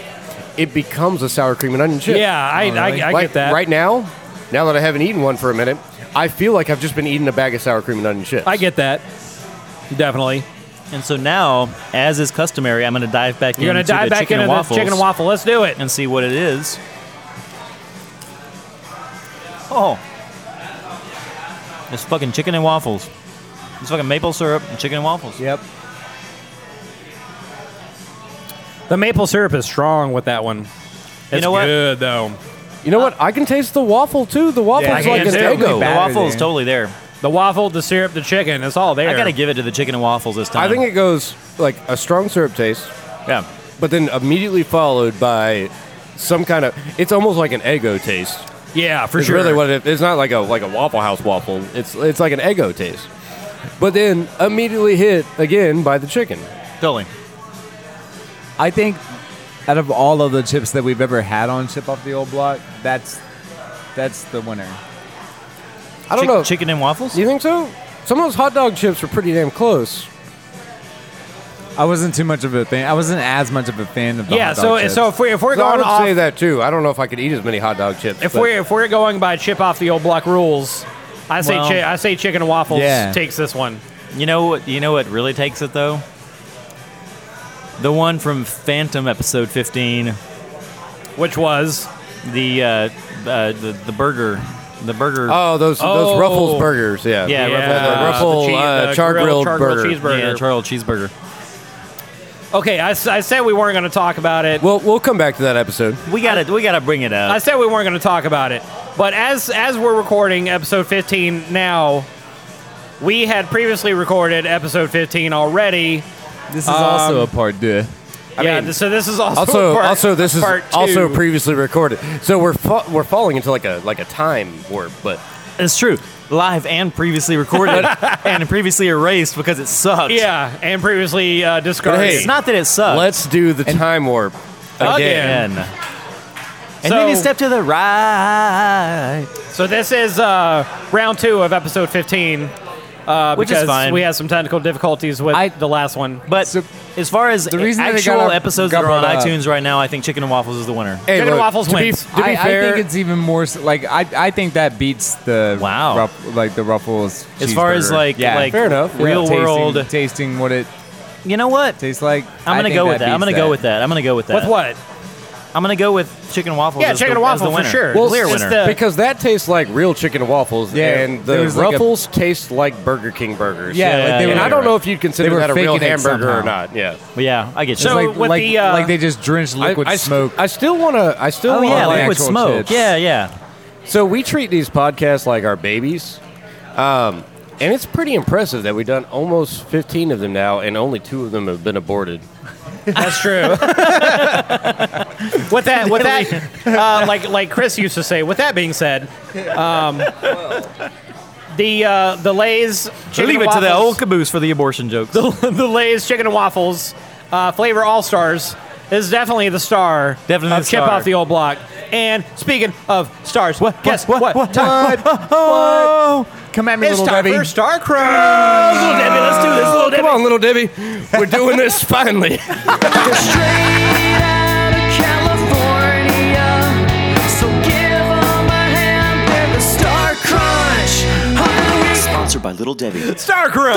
S4: it becomes a sour cream and onion chip.
S1: Yeah, I, I, I
S4: like,
S1: get that.
S4: Right now, now that I haven't eaten one for a minute, I feel like I've just been eating a bag of sour cream and onion chips.
S1: I get that. Definitely.
S2: And so now, as is customary, I'm going to dive back
S1: You're
S2: into
S1: gonna dive
S2: the
S1: back
S2: chicken
S1: into
S2: and
S1: the
S2: waffles
S1: chicken and waffle. Let's do it.
S2: and see what it is. Oh, it's fucking chicken and waffles. It's fucking maple syrup and chicken and waffles.
S3: Yep.
S1: The maple syrup is strong with that one. It's
S2: know what?
S1: good though.
S4: You know what? I can taste the waffle too. The
S1: I
S4: waffle's
S1: can
S4: like a
S1: too.
S2: The
S4: Dago.
S3: Batter
S2: waffle is
S3: there.
S2: totally there.
S1: The waffle, the syrup, the chicken, it's all there.
S2: I gotta give it to the chicken and waffles this time.
S4: I think it goes like a strong syrup taste,
S2: yeah.
S4: but then immediately followed by some kind of. It's almost like an Eggo taste.
S1: Yeah, for
S4: It's
S1: sure.
S4: really what it, it's not like a like a Waffle House waffle. It's it's like an Eggo taste, but then immediately hit again by the chicken.
S2: Totally.
S3: I think out of all of the chips that we've ever had on Chip Off the Old Block, that's that's the winner.
S4: I don't
S2: Chick-
S4: know.
S2: Chicken and waffles?
S4: Do you think so? Some of those hot dog chips were pretty damn close.
S3: I wasn't too much of a fan. I wasn't as much of a fan of the
S1: yeah,
S3: hot dog
S1: so
S3: chips.
S1: so if we if we're
S4: So I
S1: going
S4: would
S1: off
S4: say that too. I don't know if I could eat as many hot dog chips.
S1: if
S4: but-
S1: we're if we're going by chip off the old block rules, I say
S2: Well-
S1: chi- I say chicken and waffles
S3: Yeah.
S1: takes this one.
S2: You know what? You know what really takes it though. The one from Phantom episode 15,
S1: Which was
S2: the uh, uh, the the burger, the burger.
S4: oh those
S1: Oh.
S4: those Ruffles burgers, yeah,
S2: Yeah,
S4: The
S2: Ruffles.
S4: Ruffle,
S1: the chee-
S4: uh,
S1: the
S4: char
S1: grilled
S4: grilled
S1: char grilled
S4: burger.
S1: cheeseburger.
S2: Yeah, Charles cheeseburger.
S1: Okay, I, s- I said we weren't going to talk about it.
S4: We'll we'll come back to that episode.
S2: We gotta we gotta bring it
S1: I
S2: up.
S1: said we weren't going to talk about it. But as as we're recording episode 15 now, we had previously recorded episode 15 already.
S3: this is also
S4: Um,
S3: a part deux.
S1: yeah,
S4: mean-
S1: so this is also
S4: Also,
S1: part-
S4: also this is
S1: part two.
S4: also previously recorded. So we're fa- we're falling into like a like a time warp, but
S2: It's true. Live and previously recorded and previously erased because it sucked.
S1: yeah, and previously uh, discarded.
S4: hey,
S2: It's not that it
S3: Uh,
S2: sucked.
S4: let's do the time warp again.
S2: again. And then you
S1: So-
S2: step to the right.
S1: So this is uh, round two of episode 15. Uh,
S2: Which is
S1: because
S2: fine.
S1: We had some technical difficulties with
S3: I-
S1: the last one.
S2: But
S3: So-
S2: as far as
S3: The reason that it
S2: actual
S3: got up-
S2: episodes
S3: got
S2: that are on
S3: brought up-
S2: iTunes right now, I think Chicken and Waffles is the winner.
S4: Hey,
S1: Chicken and waffles
S4: to be-
S1: wins.
S4: to be
S3: I, I
S4: fair,
S3: think it's even more s- like I, I think that beats the
S2: Wow.
S3: Ruff- like the Ruffles.
S2: As far as
S3: cheeseburger.
S2: like
S3: yeah,
S2: like
S4: fair enough.
S3: Yeah,
S2: real
S3: tasting-
S2: world,
S3: tasting what it
S2: you know what?
S3: tastes like.
S2: I'm gonna
S3: I think
S2: go with that. I'm
S3: beats
S2: gonna go with that. I'm gonna go with that.
S1: With what?
S2: I'm gonna go with chicken and waffles.
S1: Yeah,
S2: as
S1: chicken
S2: the,
S1: and
S2: as the
S1: waffle for
S2: winner.
S1: sure.
S2: Well,
S1: Well,
S2: clear
S1: it's
S2: winner.
S1: the-
S4: because that tastes like real chicken and waffles,
S3: Yeah,
S4: and
S3: there
S4: the
S3: was like a-
S4: Ruffles taste like Burger King burgers.
S3: Yeah,
S2: Yeah,
S3: like they
S2: yeah,
S3: were,
S4: and I
S2: yeah.
S4: don't know if you'd
S3: They
S4: consider
S3: were
S4: that a real
S3: faking it
S4: hamburger or
S3: somehow.
S4: not. Yeah,
S2: yeah, I get you.
S1: So
S3: like,
S1: with
S3: like,
S1: the, uh,
S3: like they just drenched liquid
S4: I, I st-
S3: smoke.
S4: I still want to. I still.
S2: oh
S4: wanna,
S2: yeah,
S3: the
S4: like-
S2: liquid
S3: actual
S2: smoke.
S3: chips.
S2: Yeah, yeah.
S4: So we treat these podcasts like our babies, um, and it's pretty impressive that we've done almost 15 of them now, and only two of them have been aborted.
S1: That's true. with that, with that, uh, like like Chris used to say. With that being said, um, the uh, the Lay's chicken
S2: Leave
S1: and
S2: it to the
S1: waffles-
S2: old caboose for the abortion jokes.
S1: the Lay's chicken and waffles uh, flavor all stars is definitely the star
S2: Definitely
S1: of
S2: the
S1: Chip
S2: star.
S1: Off the Old Block. And speaking of stars, what, guess what?
S2: what, what,
S1: time?
S3: oh, come at me,
S1: It's
S3: little
S1: time
S3: Debbie.
S1: for Star Crush.
S2: Little Debbie, let's do this. Little
S4: Come on, little Debbie, we're doing this finally.
S8: Straight out of California. So give 'em a hand, they're the Star Crunch. Hungry
S6: Sponsored by Little Debbie.
S1: Star Crush.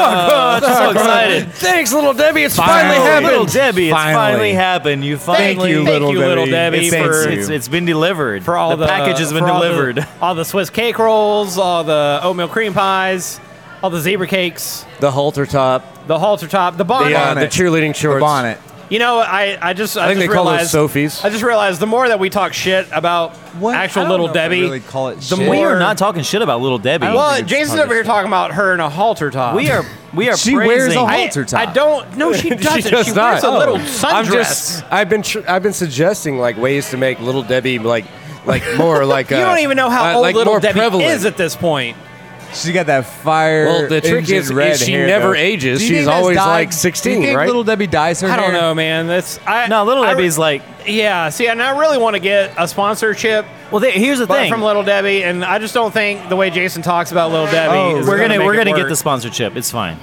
S2: so excited.
S4: Thanks, little Debbie. It's finally,
S2: Little
S4: happened.
S2: Debbie, it's finally
S3: Finally.
S2: happened. You
S1: Thank
S2: finally
S1: you, little Debbie,
S2: It's,
S1: Thank
S2: it's-
S1: you.
S2: it's- it's been delivered.
S1: For all
S2: the, package has been
S1: for all the-
S2: delivered.
S1: All the, Swiss cake rolls, all the oatmeal cream pies, all the zebra cakes,
S4: The halter top,
S1: the halter top, the bonnet.
S4: the, uh, the
S3: Bonnet.
S4: cheerleting shorts,
S3: the bonnet.
S1: You know, I, I just I,
S4: I think
S1: just
S4: they call
S1: realized,
S4: those Sophies.
S1: I just realized the more that we talk shit about actual little Debbie,
S3: Really call it
S1: the
S3: shit.
S2: We
S1: more-
S2: are not talking shit about little Debbie.
S1: Well,
S3: think it's
S1: Jason's
S3: part
S1: over here talking about her in a halter top.
S2: we are we are
S3: She
S2: praising.
S3: wears a
S1: I,
S3: halter top.
S1: I don't. No, she doesn't. She,
S4: does
S1: wears a
S4: not.
S1: little
S4: Oh.
S1: sundress.
S4: I'm just. I've been. Tr- I've been suggesting like ways to make little Debbie like, like more like.
S1: you
S4: uh,
S1: don't even know how
S4: uh,
S1: old
S4: like
S1: little
S4: more
S1: Debbie
S4: prevalent.
S1: is at this point.
S3: She got that fire.
S4: Well, the trick
S3: engine
S4: is- is
S3: red
S4: she
S3: hair,
S4: never
S3: though.
S4: ages.
S3: Do you
S4: She's
S3: think that's
S4: always,
S3: dyed-
S4: like,
S3: Do
S4: 16,
S3: you think
S4: right?
S3: Little Debbie dyes her
S1: I don't
S3: hair?
S1: know, man. That's I,
S2: No, little
S1: I-
S2: Debbie's like.
S1: Yeah, see, and I really want to get a sponsorship
S2: Well, they, here's the
S1: but
S2: thing.
S1: from Little Debbie, and I just don't think the way Jason talks about Little Debbie.
S3: Oh,
S1: is
S2: we're gonna
S1: make
S2: we're
S1: it
S2: gonna get
S1: work.
S2: the sponsorship. It's fine.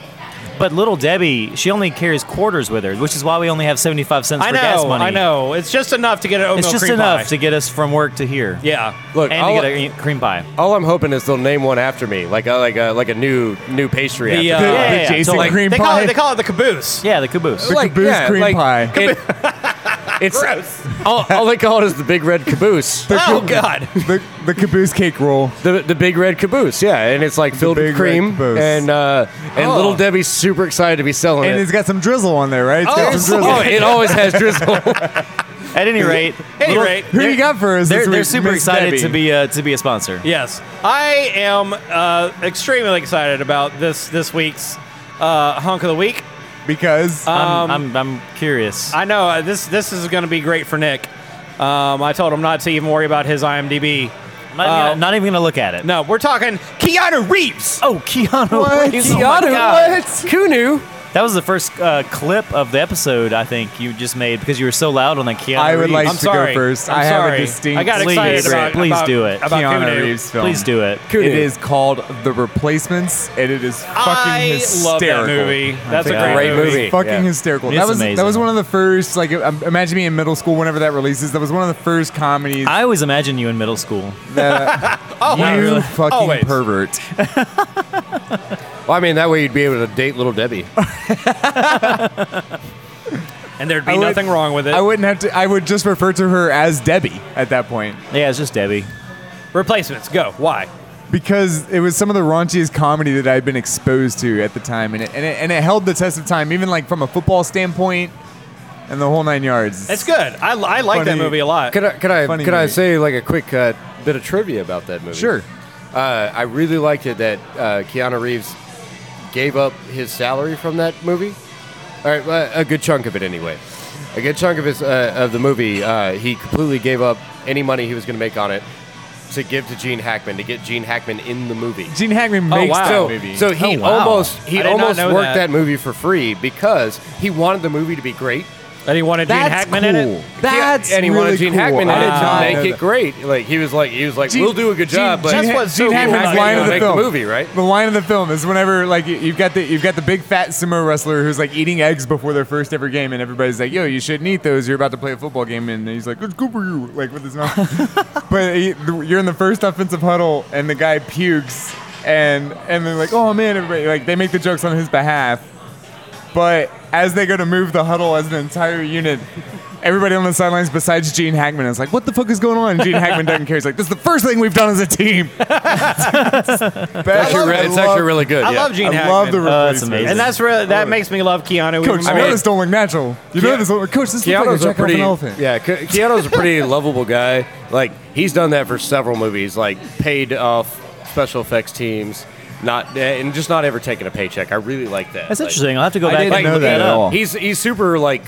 S2: But little Debbie, she only carries quarters with her, which is why we only have seventy-five cents
S1: I
S2: for gas
S1: know,
S2: money.
S1: I know. It's just enough to get an oatmeal
S2: It's just
S1: cream
S2: enough
S1: pie.
S2: to get us from work to here.
S1: yeah.
S4: Look,
S2: and to
S4: all,
S2: get a cream pie.
S4: all I'm hoping is they'll name one after me, like a, like a, like a new new pastry.
S1: The,
S4: after
S1: uh,
S4: me.
S1: Yeah,
S2: yeah,
S3: Jason
S2: totally.
S3: Cream
S1: They
S3: Pie.
S1: call it. They call it the caboose.
S2: Yeah, the caboose.
S3: Like, caboose cream pie.
S4: it- it's
S1: Gross.
S4: all, all they call it is the big red caboose.
S1: Oh God.
S3: the, the caboose cake roll.
S4: The, the big red caboose, yeah, and it's like filled with
S3: big red
S4: cream,
S3: caboose.
S4: and uh, and
S1: Oh.
S4: little Debbie's super excited to be selling
S3: And
S4: it.
S3: it's got some drizzle on there, right? It's got some drizzle.
S4: Oh, it always has drizzle.
S2: At any rate,
S1: At any
S2: little-
S1: rate,
S3: Who you got for us?
S2: they're,
S3: this
S2: they're
S3: week,
S2: super
S3: Miss
S2: excited
S3: Debbie?
S2: to be uh, to be a sponsor.
S1: Yes, I am uh, extremely excited about this this week's uh, hunk of the week.
S3: because
S1: Uh,
S2: I'm, I'm, I'm curious.
S1: I know uh, this this is going to be great for Nick. Um, I told him not to even worry about his IMDb.
S2: I'm not, even
S1: uh,
S2: gonna, not even gonna look at it.
S1: No, we're talking Keanu Reeves.
S2: Oh, Keanu
S3: What?
S2: Reeves. Oh my
S3: Keanu,
S2: God.
S3: what?
S4: Kunu.
S2: That was the first uh, clip of the episode I think you just made because you were so loud on the Keanu
S3: I would like
S1: I'm
S3: to
S1: sorry.
S3: go first.
S1: I'm
S3: I have
S1: sorry.
S3: a distinct
S1: I got
S2: Please,
S1: excited about.
S2: please
S1: about-
S2: do it.
S1: About
S3: Keanu
S1: Keanu.
S3: Reeves film.
S2: Please do it.
S3: It is called The Replacements, and it is fucking
S1: I
S3: hysterical.
S1: love that movie. That's a
S2: think
S1: great,
S2: I-
S4: Great
S1: movie.
S4: movie.
S3: Fucking
S4: Yeah.
S3: hysterical.
S2: It's
S3: that was that
S2: amazing.
S3: was one of the first. Like, um, imagine me in middle school whenever that releases. That was one of the first comedies. uh,
S2: I always imagine you in middle school.
S3: you
S2: really.
S3: fucking
S1: Always.
S3: pervert.
S4: Well, I mean, that way you'd be able to date little Debbie.
S1: And there'd be
S3: I would-
S1: nothing wrong with it.
S3: I wouldn't have to. I would just refer to her as Debbie at that point
S2: Yeah, it's just Debbie.
S1: Replacements, go. Why?
S3: because it was some of the raunchiest comedy that I'd been exposed to at the time, and it and it, and it held the test of time, even like from a football standpoint and the whole nine yards.
S1: It's good. I, I like that
S3: Funny.
S1: movie a lot.
S4: Could I could I
S3: Funny
S4: could I
S3: movie.
S4: say like a quick uh, bit of trivia about that movie?
S3: Sure.
S4: Uh, I really liked it that uh, Keanu Reeves gave up his salary from that movie. All right, well, a good chunk of it anyway. A good chunk of his uh, of the movie, uh, he completely gave up any money he was going to make on it to give to Gene Hackman to get Gene Hackman in the movie.
S3: Gene Hackman makes
S1: Oh, wow.
S3: that
S4: So,
S3: movie.
S4: so he
S2: Oh, wow.
S4: almost
S1: I
S4: he
S1: did not
S4: almost
S1: know
S4: worked
S1: that.
S4: that. movie for free because he wanted the movie to be great.
S1: And he wanted Gene Hackman in it?
S3: That's
S4: and he wanted
S3: really
S4: Gene
S3: cool.
S4: Hackman
S3: I
S4: in
S3: did not
S4: it to
S3: know
S4: make it
S3: that.
S4: great. Like he was like he was like
S3: Gene-
S4: we'll do a good
S3: Gene-
S4: job, but
S3: Gene-
S1: That's what's so
S4: so
S3: Gene
S1: weird
S4: Hackman's
S1: about
S3: Hackman's
S1: it.
S3: line of the
S4: make the
S3: film.
S4: movie, right?
S3: The line of the film is whenever like you- you've got the you've got the big fat sumo wrestler who's like eating eggs before their first ever game, and everybody's like, "Yo, you shouldn't eat those. You're about to play a football game," and he's like, "It's good for you," like with his mouth. but he, the, you're in the first offensive huddle, and the guy pukes, and and they're like, "Oh man," everybody like they make the jokes on his behalf, but as they go to move the huddle as an entire unit. Everybody on the sidelines besides Gene Hackman is like, what the fuck is going on? And Gene Hackman doesn't care. He's like, this is the first thing we've done as a team.
S4: It's actually, re- it's actually really good.
S1: I
S4: yeah.
S1: love Gene
S3: I
S1: Hackman.
S3: love the
S2: Oh, that's
S3: replacements.
S2: amazing.
S1: and that's really, that makes me love Keanu. even
S3: Coach,
S1: more.
S3: I know this don't look natural. You know this, don't- Coach. This looks like a
S4: Keanu's a
S3: jack off
S4: pretty
S3: an elephant.
S4: yeah. Ke- Keanu's a pretty lovable guy. Like he's done that for several movies. Like paid off special effects teams, not and just not ever taking a paycheck. I really like that.
S2: That's
S4: Like,
S2: interesting. I'll have to go
S3: I
S2: back
S3: didn't
S2: and
S3: know
S2: look
S3: that
S2: it
S3: at
S2: up.
S3: all.
S4: He's he's super like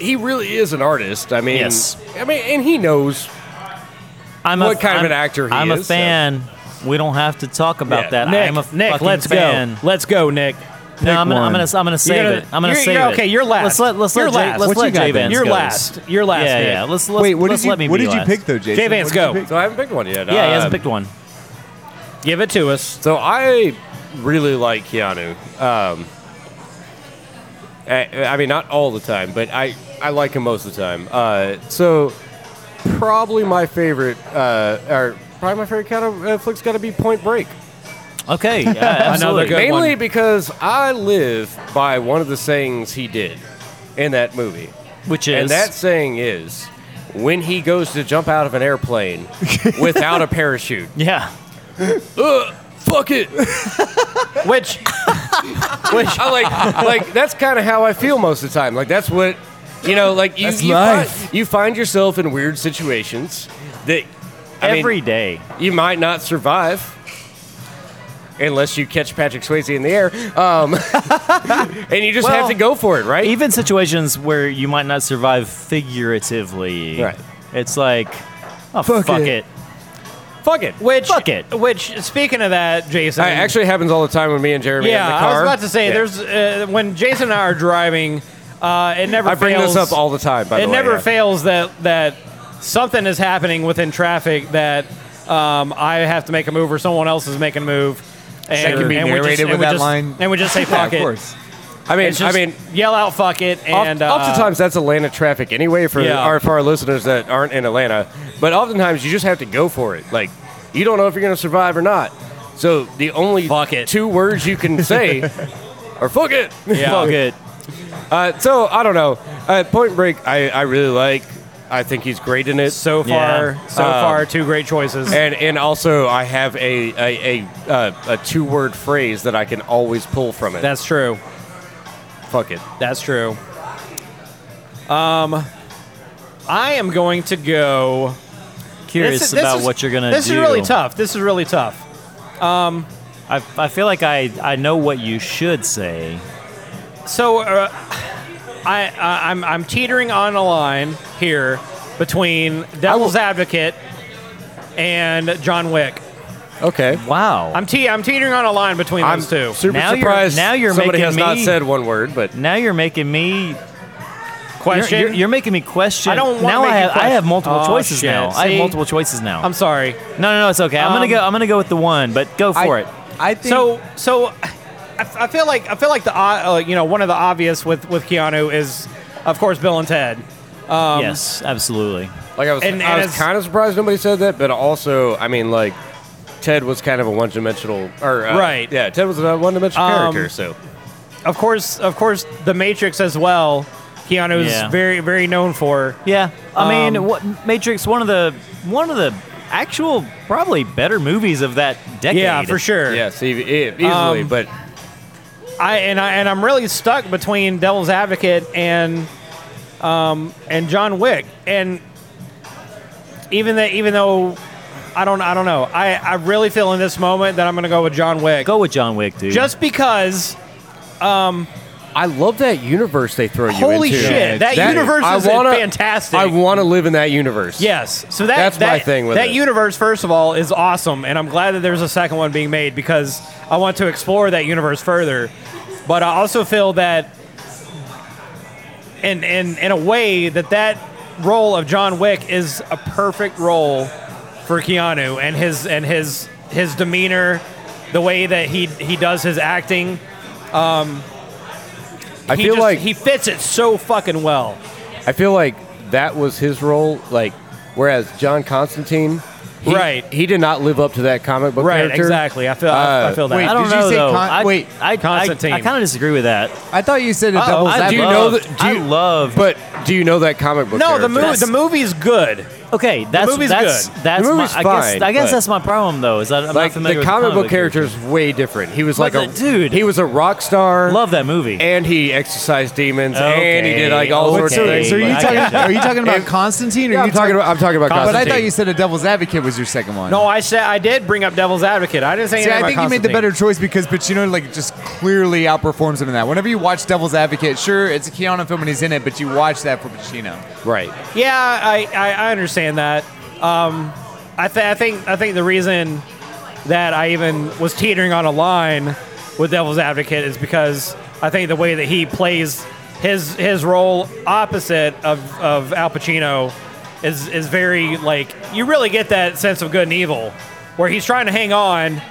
S4: he really is an artist. I mean,
S2: Yes.
S4: I mean, and he knows.
S2: I'm
S4: What kind of an actor he
S2: I'm
S4: is,
S2: a
S4: so-
S2: fan. We don't have to talk about
S4: Yeah.
S2: that.
S1: Nick,
S2: I'm a
S1: Nick,
S2: fucking
S1: let's
S2: fan.
S1: go. Let's go, Nick.
S2: No, I'm gonna, I'm
S3: one.
S2: gonna, I'm gonna save
S1: gonna-
S2: it. I'm gonna
S1: you're-
S2: save
S1: you're-
S2: it.
S1: okay, you're last.
S2: Let's let, let's
S1: You're
S2: let Jay,
S1: last.
S2: let's
S1: What
S2: let
S3: you got
S2: Jay
S3: then?
S2: Vance
S1: You're
S2: goes.
S1: last. You're last,
S2: Yeah,
S1: Nick.
S2: yeah. Let's, let's
S3: Wait, what
S2: let's
S3: did you
S2: let me
S3: what
S2: be
S3: did you
S2: last.
S3: pick um, though, Jason?
S1: Jay Vance,
S3: What did you
S1: go.
S3: pick?
S4: So I haven't picked one yet.
S2: Yeah, he
S4: Uh,
S2: hasn't picked one.
S1: Give it to us.
S4: So I really like Keanu. Um, I, I mean, not all the time, but I, I like him most of the time. Uh, so probably my favorite, uh, or probably my favorite Keanu uh, flick's got to be Point Break.
S2: Okay, yeah, absolutely.
S1: good
S4: Mainly
S1: one.
S4: because I live by one of the sayings he did in that movie,
S2: Which is
S4: and that saying is. When he goes to jump out of an airplane without a parachute,
S2: yeah.
S4: Ugh, fuck it.
S1: Which, which
S4: I like like that's kind of how I feel most of the time. Like that's what you know. Like you
S3: That's
S4: you,
S3: life.
S4: Find, you find yourself in weird situations that I mean,
S2: Every day.
S4: you might not survive unless you catch Patrick Swayze in the air. Um, and you just
S2: Well,
S4: have to go for it, right?
S2: even situations where you might not survive figuratively.
S4: Right.
S2: It's like, oh fuck,
S3: Fuck
S2: it.
S3: it.
S4: Fuck it.
S1: which
S2: Fuck it.
S1: Which speaking of that, Jason.
S4: Uh, actually happens all the time with me and Jeremy
S1: yeah,
S4: in the
S1: I
S4: car.
S1: was about to say
S4: Yeah.
S1: there's uh, when Jason and I are driving, uh, it never
S4: I bring
S1: fails.
S4: this up all the time. By
S1: it
S4: the way,
S1: never
S4: yeah.
S1: fails that that something is happening within traffic that um, I have to make a move or someone else is making a move. and,
S3: can be
S1: and we
S3: narrated
S1: just, and
S3: with
S1: we
S3: that
S1: just-
S3: line.
S1: and we just say
S3: Yeah,
S1: fuck
S3: of
S1: it.
S3: course.
S4: I mean,
S1: It's just,
S4: I mean,
S1: yell out fuck it,
S4: oft-
S1: and uh,
S4: oftentimes that's Atlanta traffic anyway for
S1: Yeah.
S4: our for our listeners that aren't in Atlanta. But oftentimes you just have to go for it. Like you don't know if you're going to survive or not. So the only
S1: Fuck it.
S4: two words you can say are "fuck it."
S1: Yeah.
S2: Fuck it.
S4: Uh, so I don't know. Uh, Point Break, I, I really like. I think he's great in it.
S1: so far,
S2: Yeah.
S1: so
S4: Um,
S1: far, two great choices.
S4: And and also I have a a a, uh, a two word phrase that I can always pull from it.
S1: That's true.
S4: fuck it.
S1: That's true. Um, I am going to go.
S2: Curious
S1: This is- this
S2: about
S1: is-
S2: what you're gonna
S1: This
S2: do.
S1: is really tough. This is really tough.
S2: I, I feel like I I know what you should say.
S1: So, uh, I, I I'm I'm teetering on a line here between Devil's Advocate and John Wick.
S4: Okay.
S2: Wow.
S1: I'm te- I'm teetering on a line between
S4: I'm
S1: those two.
S4: super
S2: Now you're-
S4: surprised.
S2: now you're
S4: somebody
S2: making
S4: has not
S2: me-
S4: said one word, but
S2: now you're making me
S1: Question.
S2: You're, you're, you're making me question.
S1: I don't wanna
S2: now
S1: make
S2: I
S1: you
S2: have I
S1: question.
S2: have multiple
S1: Oh,
S2: choices
S1: shit.
S2: now. I
S1: See?
S2: have multiple choices now.
S1: I'm sorry.
S2: no, no, no, it's okay. I'm gonna
S1: Um,
S2: go. I'm gonna go with the one, but go for it.
S3: I think
S1: So so, I, I feel like I feel like the o- uh, you know one of the obvious with with Keanu is of course Bill and Ted.
S2: yes, absolutely.
S4: like I was,
S1: And-
S4: I
S1: and
S4: was
S1: as-
S4: kind of surprised nobody said that. But also, I mean, like Ted was kind of a one dimensional, or uh,
S1: Right.
S4: Yeah, Ted was a one dimensional
S1: Um,
S4: character. So
S1: Of course, of course, The Matrix as well. Keanu's
S2: Yeah.
S1: very very known for.
S2: Yeah, I
S1: Um,
S2: mean, what Matrix? One of the one of the actual probably better movies of that decade.
S1: Yeah, for sure.
S4: yes, e- e- easily.
S1: Um,
S4: but
S1: I and I and I'm really stuck between Devil's Advocate and um and John Wick and even that even though I don't I don't know I I really feel in this moment that I'm gonna go with John Wick
S2: Go with John Wick, dude.
S1: just because
S4: I love that universe they throw you
S1: holy
S4: into.
S1: shit that, universe is fantastic
S4: I want to live in that universe.
S1: yes so that
S4: That's
S1: that,
S4: my thing with
S1: that
S4: it.
S1: universe first of all is awesome and I'm glad that there's a second one being made because I want to explore that universe further but I also feel that in, in, in a way that that role of John Wick is a perfect role for Keanu and his and his his demeanor, the way that he he does his acting. Um,
S4: I
S1: he
S4: feel
S1: just-
S4: like-
S1: he fits it so fucking well.
S4: I feel like that was his role. Like, whereas John Constantine, he,
S1: Right.
S4: he did not live up to that comic book
S1: Right,
S4: character.
S1: exactly. I feel I, I
S4: Uh,
S1: feel that.
S3: wait,
S2: I don't
S3: Did you
S2: know
S3: say
S2: though.
S3: Con-
S2: I,
S3: wait,
S2: I, I,
S1: Constantine.
S2: I, kind of disagree with that.
S3: I thought you said a double.
S2: I
S4: Oh, Do you
S2: love-
S4: know that? Do
S2: I
S4: you,
S2: love-
S4: But do you know that comic book?
S1: no,
S4: character?
S1: the movie the movie's good.
S2: Okay, that's
S1: movie's
S2: that's
S1: good.
S2: that's
S4: The
S2: my,
S4: movie's
S2: I guess
S4: fine,
S2: I guess
S4: but-
S2: that's my problem though. Is that I'm
S4: Like
S2: not familiar
S4: the
S2: with
S4: comic book
S2: character.
S4: character is way different. He was like
S2: But
S4: a
S2: the- dude-
S4: He was a rock star,
S2: Love that movie.
S4: and he exercised demons, and he did like all
S2: Okay,
S4: sorts of
S2: okay.
S4: things.
S3: so are you
S2: I
S3: talking?
S2: gotcha.
S3: Are you talking about Constantine? Or
S4: Yeah,
S3: are
S4: I'm
S3: you
S4: talking about. I'm talking about.
S3: But I
S4: Constantine.
S3: thought you said a Devil's Advocate was your second one.
S1: No, Oh, I said I did bring up Devil's Advocate. I didn't say
S3: See,
S1: anything
S3: I
S1: about
S3: think you made the
S1: Constantine.
S3: better choice because Pacino like just clearly outperforms him in that. Whenever you watch Devil's Advocate, sure it's a Keanu film and he's in it, but you watch that for Pacino.
S4: right.
S1: Yeah, I, I, I understand that. Um, I, th- I think I think the reason that I even was teetering on a line with Devil's Advocate is because I think the way that he plays his his role opposite of, of Al Pacino is is very like you really get that sense of good and evil where he's trying to hang on,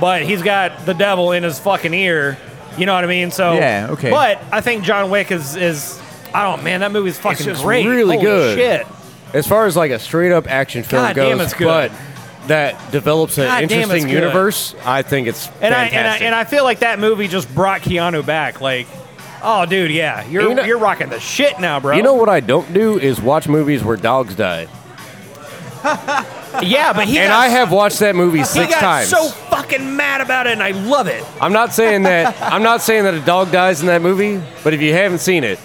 S1: but he's got the devil in his fucking ear. You know what I mean? So
S3: Yeah, okay.
S1: But I think John Wick is is. I don't man, that movie's fucking
S4: just
S1: great.
S4: really
S1: Holy
S4: good.
S1: Shit.
S4: As far as like a straight up action film
S1: God
S4: goes,
S1: damn, it's good.
S4: but that develops an
S1: God damn, it's
S4: interesting
S1: good.
S4: universe. I think it's
S1: And I,
S4: fantastic.
S1: and I and I feel like that movie just brought Keanu back. Like, oh dude, yeah, you're
S4: You know-
S1: you're rocking the shit now, bro.
S4: you know what I don't do is watch movies where dogs die.
S1: yeah, but he
S4: and
S1: got,
S4: I have watched that movie
S1: he
S4: six
S1: got
S4: times.
S1: so fucking mad about it, and I love it.
S4: I'm not saying that I'm not saying that a dog dies in that movie, but if you haven't seen it,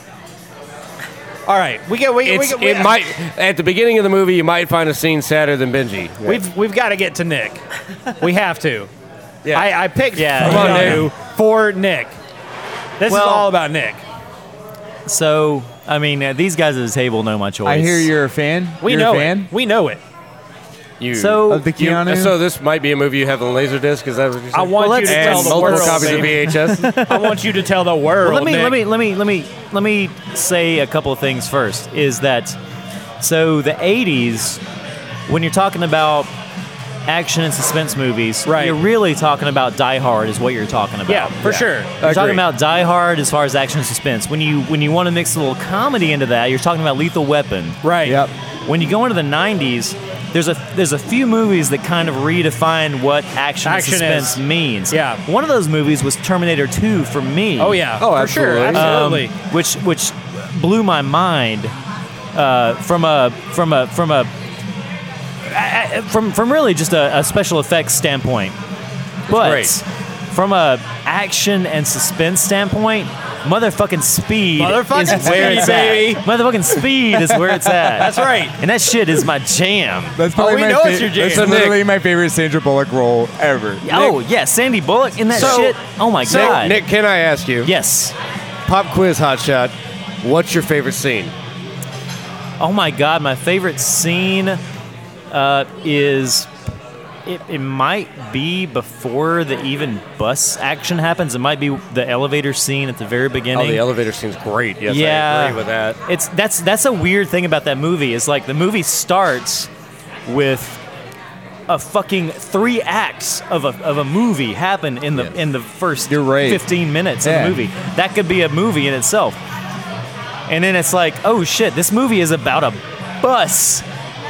S1: All right, we get we, we,
S4: it's,
S1: get- we
S4: it might at the beginning of the movie you might find a scene sadder than Benji.
S1: We've we've got to get to Nick. We have to.
S4: Yeah.
S1: I, I picked
S2: Yeah.
S4: Come on,
S1: Keanu for Nick. This
S2: Well-
S1: is all about Nick.
S2: So I mean, uh, these guys at the table know my choice.
S3: I hear you're a fan.
S1: We
S3: You're
S1: know
S3: a fan
S1: it. We know it.
S4: you,
S2: So
S3: of the
S4: you-
S3: Keanu.
S4: so this might be a movie you have on Laserdisc. Is that what you're saying?
S1: I want
S2: Well,
S1: you to
S2: let's-
S1: tell
S4: and
S1: the
S4: multiple
S1: world.
S4: copies
S1: baby.
S4: of VHS.
S1: I want you to tell the world.
S2: Well, let me
S1: Nick.
S2: let me let me let me let me say a couple of things first. Is that so? The '80s, when you're talking about action and suspense movies,
S1: Right.
S2: you're really talking about Die Hard is what you're talking about.
S1: Yeah, for sure.
S2: You're
S4: Agree.
S2: talking about Die Hard as far as action and suspense. When you when you want to mix a little comedy into that, you're talking about Lethal Weapon.
S1: Right.
S3: Yep.
S2: When you go into the 90s, there's a there's a few movies that kind of redefine what action,
S1: Action
S2: and
S1: is-
S2: suspense means.
S1: yeah.
S2: One of those movies was Terminator 2 for me.
S1: Oh yeah.
S3: Oh,
S1: for sure.
S3: absolutely.
S2: Um,
S1: Absolutely.
S2: which which blew my mind uh, from a from a from a I- I- from from really just a, a special effects standpoint. But
S1: great.
S2: from a action and suspense standpoint, motherfucking speed
S1: Motherfucking
S2: is where
S1: speed,
S2: it's
S1: baby.
S2: at. Motherfucking speed is where it's at.
S1: That's right.
S2: And that shit is my jam.
S3: That's probably
S1: we
S3: my
S1: know it's your jam.
S3: That's
S1: So, Nick-
S3: literally my favorite Sandra Bullock role ever.
S2: Oh yeah, Sandy Bullock in that
S4: So-
S2: shit. Oh my
S4: So,
S2: god.
S4: Nick, can I ask you?
S2: Yes.
S4: Pop quiz, hotshot. What's your favorite scene?
S2: Oh my god, my favorite scene uh, is it, it might be before the even bus action happens. It might be the elevator scene at the very beginning.
S4: Oh, the elevator scene's great. Yes,
S2: yeah,
S4: I agree with that.
S2: It's that's that's a weird thing about that movie. Is like the movie starts with a fucking three acts of a, of a movie happen in the in the first
S3: You're right.
S2: 15 minutes
S3: Yeah.
S2: of the movie. That could be a movie in itself. And then it's like, oh shit, this movie is about a bus.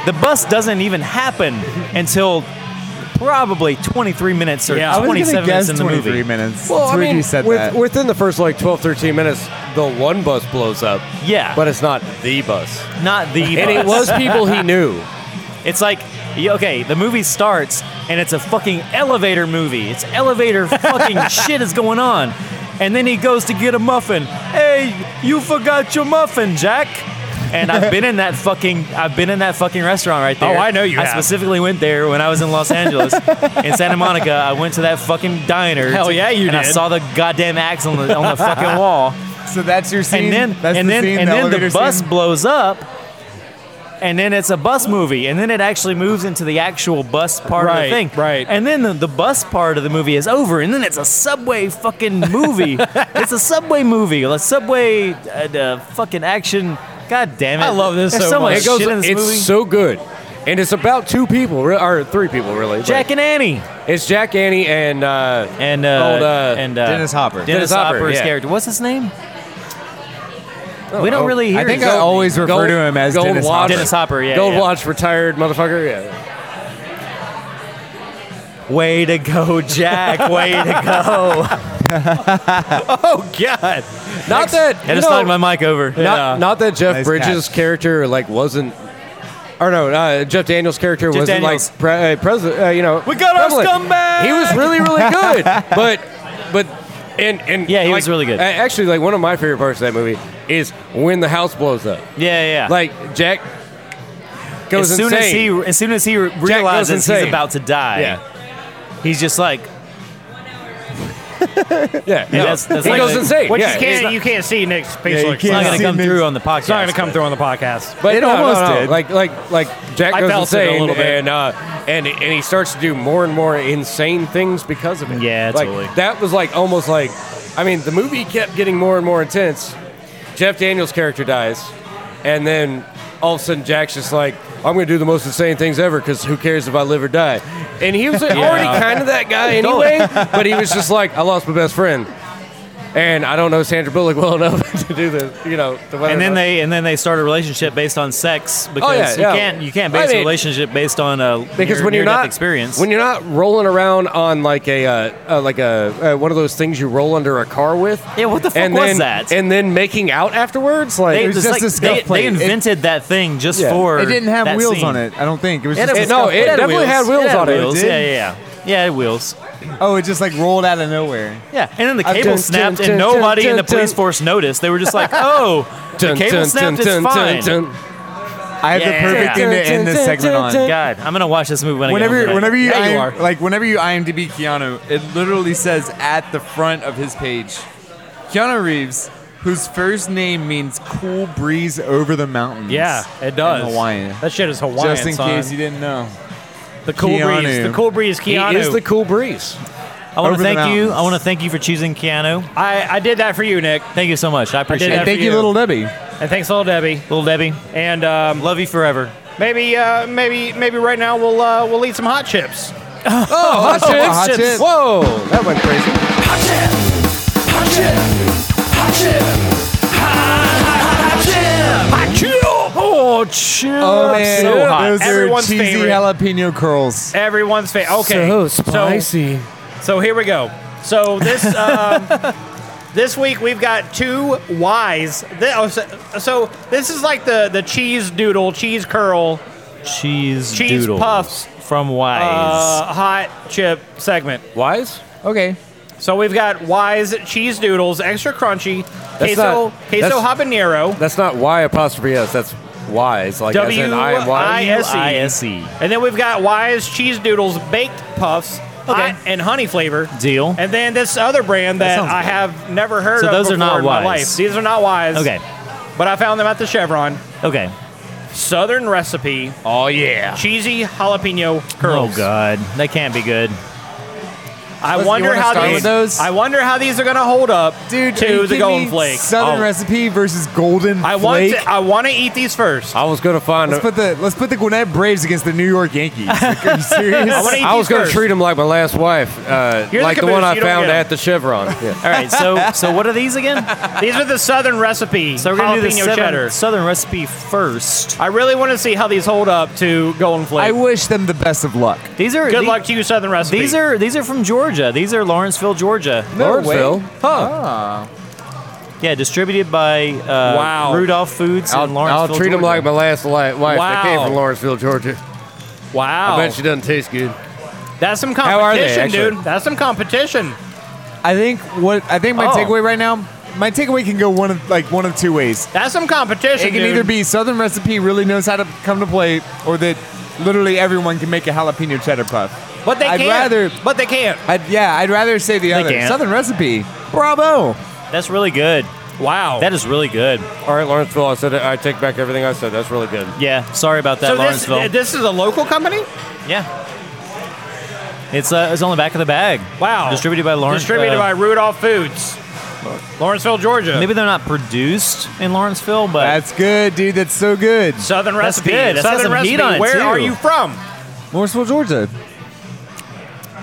S2: The bus doesn't even happen until probably 23 minutes or
S1: Yeah. I was
S3: gonna
S2: 27 minutes
S3: guess
S2: in the
S3: 23
S2: movie.
S3: minutes.
S4: Well,
S3: That's
S4: I
S3: weird
S4: mean,
S3: you said
S4: with-
S3: that.
S4: within the first like 12, 13 minutes, the one bus blows up.
S2: Yeah.
S4: But it's not the bus.
S2: Not the
S4: And it
S2: bus.
S4: was people he knew.
S2: It's like, y- okay, the movie starts and it's a fucking elevator movie. It's elevator fucking shit is going on. And then he goes to get a muffin. Hey, you forgot your muffin, Jack. And I've been in that fucking I've been in that fucking restaurant right there.
S1: Oh, I know you
S2: I
S1: have.
S2: specifically went there when I was in Los Angeles in Santa Monica. I went to that fucking diner.
S1: Hell yeah, you
S2: and I
S1: did.
S2: saw the goddamn axe on the on the fucking wall
S3: so that's your scene.
S2: and then
S3: that's
S2: and
S3: the
S2: then
S3: scene,
S2: and
S3: the
S2: then the
S3: elevator
S2: bus
S3: scene?
S2: blows up and then it's a bus movie and then it actually moves into the actual bus part of
S1: Right,
S2: the thing
S1: right.
S2: and then the, the bus part of the movie is over and then it's a subway fucking movie it's a subway movie a subway uh, uh, fucking action god damn it
S1: I love this
S2: There's
S1: so
S2: so, much,
S1: much.
S4: It goes,
S2: shit in this
S4: it's
S2: movie
S4: so good. And it's about two people, re- or three people, really. but
S2: Jack and Annie
S4: it's Jack, Annie, and uh,
S2: and uh,
S4: Old, uh,
S2: and uh,
S3: Dennis Hopper.
S2: Dennis,
S4: Dennis Hopper,
S2: Hopper's
S4: yeah.
S2: character what's his name we don't really hear
S3: I think
S2: his
S3: I
S2: name.
S3: always refer
S4: Gold-
S3: to him as
S4: Gold
S3: Dennis
S4: Watch.
S3: Hopper.
S2: Dennis Hopper yeah
S4: Gold
S2: yeah.
S4: Watch, retired motherfucker. Yeah.
S2: Way to go, Jack. Way to go.
S1: Oh God.
S4: Not that.
S2: I
S4: you
S2: just knocked
S4: know,
S2: my mic over.
S4: Not, not that Jeff
S3: Nice
S4: Bridges'
S3: catch.
S4: character like wasn't, or no, uh, Jeff Daniels' character
S2: Jeff
S4: wasn't
S2: Daniels.
S4: like pre- uh, president. Uh, you know,
S2: We got our scumbag!
S4: He was really, really good, but, but, and and
S2: Yeah, he
S4: like,
S2: was really good.
S4: a- Actually, like one of my favorite parts of that movie is when the house blows up.
S2: yeah, yeah.
S4: Like Jack goes
S2: Ah. as soon
S4: insane.
S2: as he as soon as he realizes he's
S4: insane.
S2: about to die,
S4: yeah,
S2: he's just like,
S4: yeah,
S2: Yeah, that's- that's
S4: he
S2: like-
S4: goes insane.
S1: What
S4: yeah,
S1: you
S4: it's
S1: can't
S4: not-
S1: you can't see Nick's facial
S3: Yeah, you
S1: expression.
S2: it's not
S3: can't
S2: going
S3: see
S2: to come
S3: Nick-
S2: through on the podcast.
S1: It's not gonna come through on the podcast.
S4: But
S3: It
S4: no,
S3: almost
S4: no, no.
S3: did.
S4: Like like like Jack
S1: I
S4: goes
S1: felt it a
S4: insane,
S1: little bit.
S4: and uh, and and he starts to do more and more insane things because of it.
S2: Yeah,
S4: like,
S2: totally.
S4: That was like almost like, I mean, the movie kept getting more and more intense. Jeff Daniels' character dies, and then all of a sudden Jack's just like, "I'm going to do the most insane things ever because who cares if I live or die?" And he was like, already kind of that guy anyway, but he was just like, "I lost my best friend." And I don't know Sandra Bullock well enough to do this, you know. The
S2: And then they and then they start a relationship based on sex because
S4: Oh, yeah,
S2: you
S4: yeah.
S2: can't you can't
S4: I
S2: base a
S4: mean-
S2: relationship based on a
S4: because
S2: near,
S4: when you're
S2: near-death
S4: not
S2: experience.
S4: when you're not rolling around on like a uh, uh, like a uh, one of those things you roll under a car with.
S2: Yeah, what the fuck
S4: and
S2: was
S4: then,
S2: that?
S4: And then making out afterwards, like
S2: they,
S3: was
S2: it's like-
S3: just a
S2: they,
S3: scuff plate.
S2: they
S3: It-
S2: invented that thing just
S4: Yeah.
S2: for
S3: It didn't have
S2: that
S3: wheels
S2: scene.
S3: on it. I don't think it was
S2: It
S3: just
S2: had
S3: a
S2: wheels.
S4: no,
S3: scuff
S4: it
S3: plate.
S4: definitely had wheels on it.
S2: wheels,
S3: It
S2: Yeah,
S3: did?
S2: yeah, yeah, it had wheels.
S3: Oh, it just like rolled out of nowhere.
S2: Yeah, and then the
S4: Uh,
S2: cable
S4: dun,
S2: snapped,
S4: dun,
S2: and
S4: dun,
S2: nobody
S4: dun,
S2: in the
S4: dun,
S2: police
S4: dun.
S2: force noticed. They were just like, "Oh, the
S4: Dun,
S2: cable
S4: dun,
S2: snapped.
S4: dun,
S2: It's
S4: dun, dun,
S2: fine."
S4: dun.
S3: I have
S2: Yeah.
S3: the perfect
S2: Dun,
S3: thing to end this segment on.
S2: God, I'm gonna watch this movie when I get
S3: Whenever,
S2: home
S3: whenever you,
S1: Yeah, you
S3: IM
S1: are.
S3: like, whenever you IMDb Keanu, it literally says at the front of his page, Keanu Reeves, whose first name means cool breeze over the mountains.
S1: Yeah, it does.
S3: In Hawaiian.
S1: That shit is Hawaiian.
S3: Just in
S1: son.
S3: case you didn't know.
S1: the cool
S3: Keanu.
S1: breeze. The cool breeze. Keanu.
S4: He is the cool breeze.
S2: I want to
S3: Over the
S2: thank you.
S3: mountains.
S2: I want to thank you for choosing Keanu.
S1: I I did that for you, Nick,
S2: Thank you so much. I appreciate
S1: that
S3: And
S2: it.
S1: for
S3: thank you,
S1: you.
S3: Little Debbie.
S1: and thanks, little Debbie,
S2: Little Debbie,
S1: and um,
S2: love you forever.
S1: Maybe, uh, maybe, maybe right now we'll uh, we'll eat some hot chips. Oh,
S3: Oh, hot chips.
S2: hot chips.
S3: Whoa, that went crazy.
S2: Oh, chill.
S3: Oh man,
S1: so hot.
S3: those
S1: Everyone's
S3: are cheesy
S1: favorite.
S3: jalapeno curls.
S1: Everyone's favorite. Okay, So here we go. So this um, this week we've got two Y's. Th- oh, so, so this is like the the cheese doodle, cheese curl,
S2: Cheese,
S1: Cheese
S2: doodles
S1: puffs.
S2: from Wise.
S1: uh, hot chip segment.
S2: Wise?
S3: Okay,
S1: So we've got Y's cheese doodles, extra crunchy,
S4: That's
S1: queso
S4: not-
S1: queso
S4: that's-
S1: habanero,
S4: That's not Y apostrophe S. That's Y's. Like as in I am
S1: W-I-
S4: Y.
S1: ISE.
S2: ISE.
S1: and then we've got Y's cheese doodles, baked puffs. hot and honey flavor
S2: Deal.
S1: and then this other brand that,
S2: sounds
S1: I
S2: good.
S1: have never heard
S2: So
S1: of.
S2: those are
S1: before
S2: not
S1: in my
S2: Y's.
S1: life. These are not wise.
S2: Okay.
S1: but I found them at the Chevron.
S2: Okay. Oh,
S1: Southern recipe. Oh yeah. Cheesy jalapeno curls.
S2: Oh god, that can't be good.
S1: I
S3: Listen, you
S1: wonder
S3: wanna
S1: how
S3: start
S1: these.
S3: with those?
S1: I wonder how these are gonna hold up
S3: dude, are you
S1: to the
S3: kidding
S1: Golden
S3: me?
S1: Flake.
S3: Southern
S1: Oh.
S3: recipe versus Golden
S1: I want.
S3: Flake.
S1: To, I want to eat these first.
S4: I was gonna find.
S3: Let's
S4: A,
S3: put the let's put the Gwinnett Braves against the New York Yankees. Like, are you serious?
S1: I wanna eat
S4: I was
S1: these
S4: gonna
S1: first.
S4: treat him like my last wife, uh,
S1: You're the
S4: like the,
S1: caboose,
S4: one I
S1: you don't
S4: found
S1: get 'em.
S4: at the Chevron. Yeah.
S2: All right, so so what are these again?
S1: These are the Southern recipe.
S2: So we're
S1: jalapeno
S2: gonna do the seven-
S1: cheddar.
S2: southern recipe first.
S1: I really want to see how these hold up to Golden Flake.
S3: I wish them the best of luck.
S2: These are
S1: Good
S2: the-
S1: luck to you, Southern recipe.
S2: These are these are from Georgia. These are Lawrenceville, Georgia.
S4: Lawrenceville.
S2: Yeah, distributed by uh,
S1: Wow.
S2: Rudolph Foods in
S4: I'll, I'll
S2: Lawrenceville.
S4: treat him like my last li- wife. That came
S1: Wow. Oh.
S4: from Lawrenceville, Georgia.
S1: wow.
S4: I bet she doesn't taste good.
S1: That's some
S4: How are they,
S1: competition,
S4: actually?
S1: dude. That's some competition.
S3: I think what I think my
S2: Oh.
S3: takeaway right now, my takeaway can go one of like one of two ways.
S1: That's some competition.
S3: It can
S1: dude.
S3: either be Southern recipe really knows how to come to play, or that literally everyone can make a jalapeno cheddar puff.
S1: but they
S3: I'd
S1: can't.
S3: rather-
S1: But they can't.
S3: I'd, yeah, I'd rather say the other
S2: can't.
S3: Southern recipe. Bravo!
S2: That's really good.
S1: Wow.
S2: That is really good.
S4: All right, Lawrenceville. I said I take back everything I said. That's really good.
S2: Yeah. Sorry about that,
S1: so this,
S2: Lawrenceville.
S1: this is a local company.
S2: yeah. It's uh, it's on the back of the bag.
S1: Wow.
S2: Distributed by
S1: Oh.
S2: Lawrence.
S1: Distributed
S2: uh,
S1: by Rudolph Foods. Lawrenceville, Georgia.
S2: Maybe they're not produced in Lawrenceville, but
S3: That's good, dude. That's so good.
S1: Southern
S2: That's
S1: recipe.
S2: good. That's got
S1: Southern
S2: some
S1: recipe.
S2: heat on it,
S1: Where
S2: too.
S1: are you from?
S3: Lawrenceville, Georgia.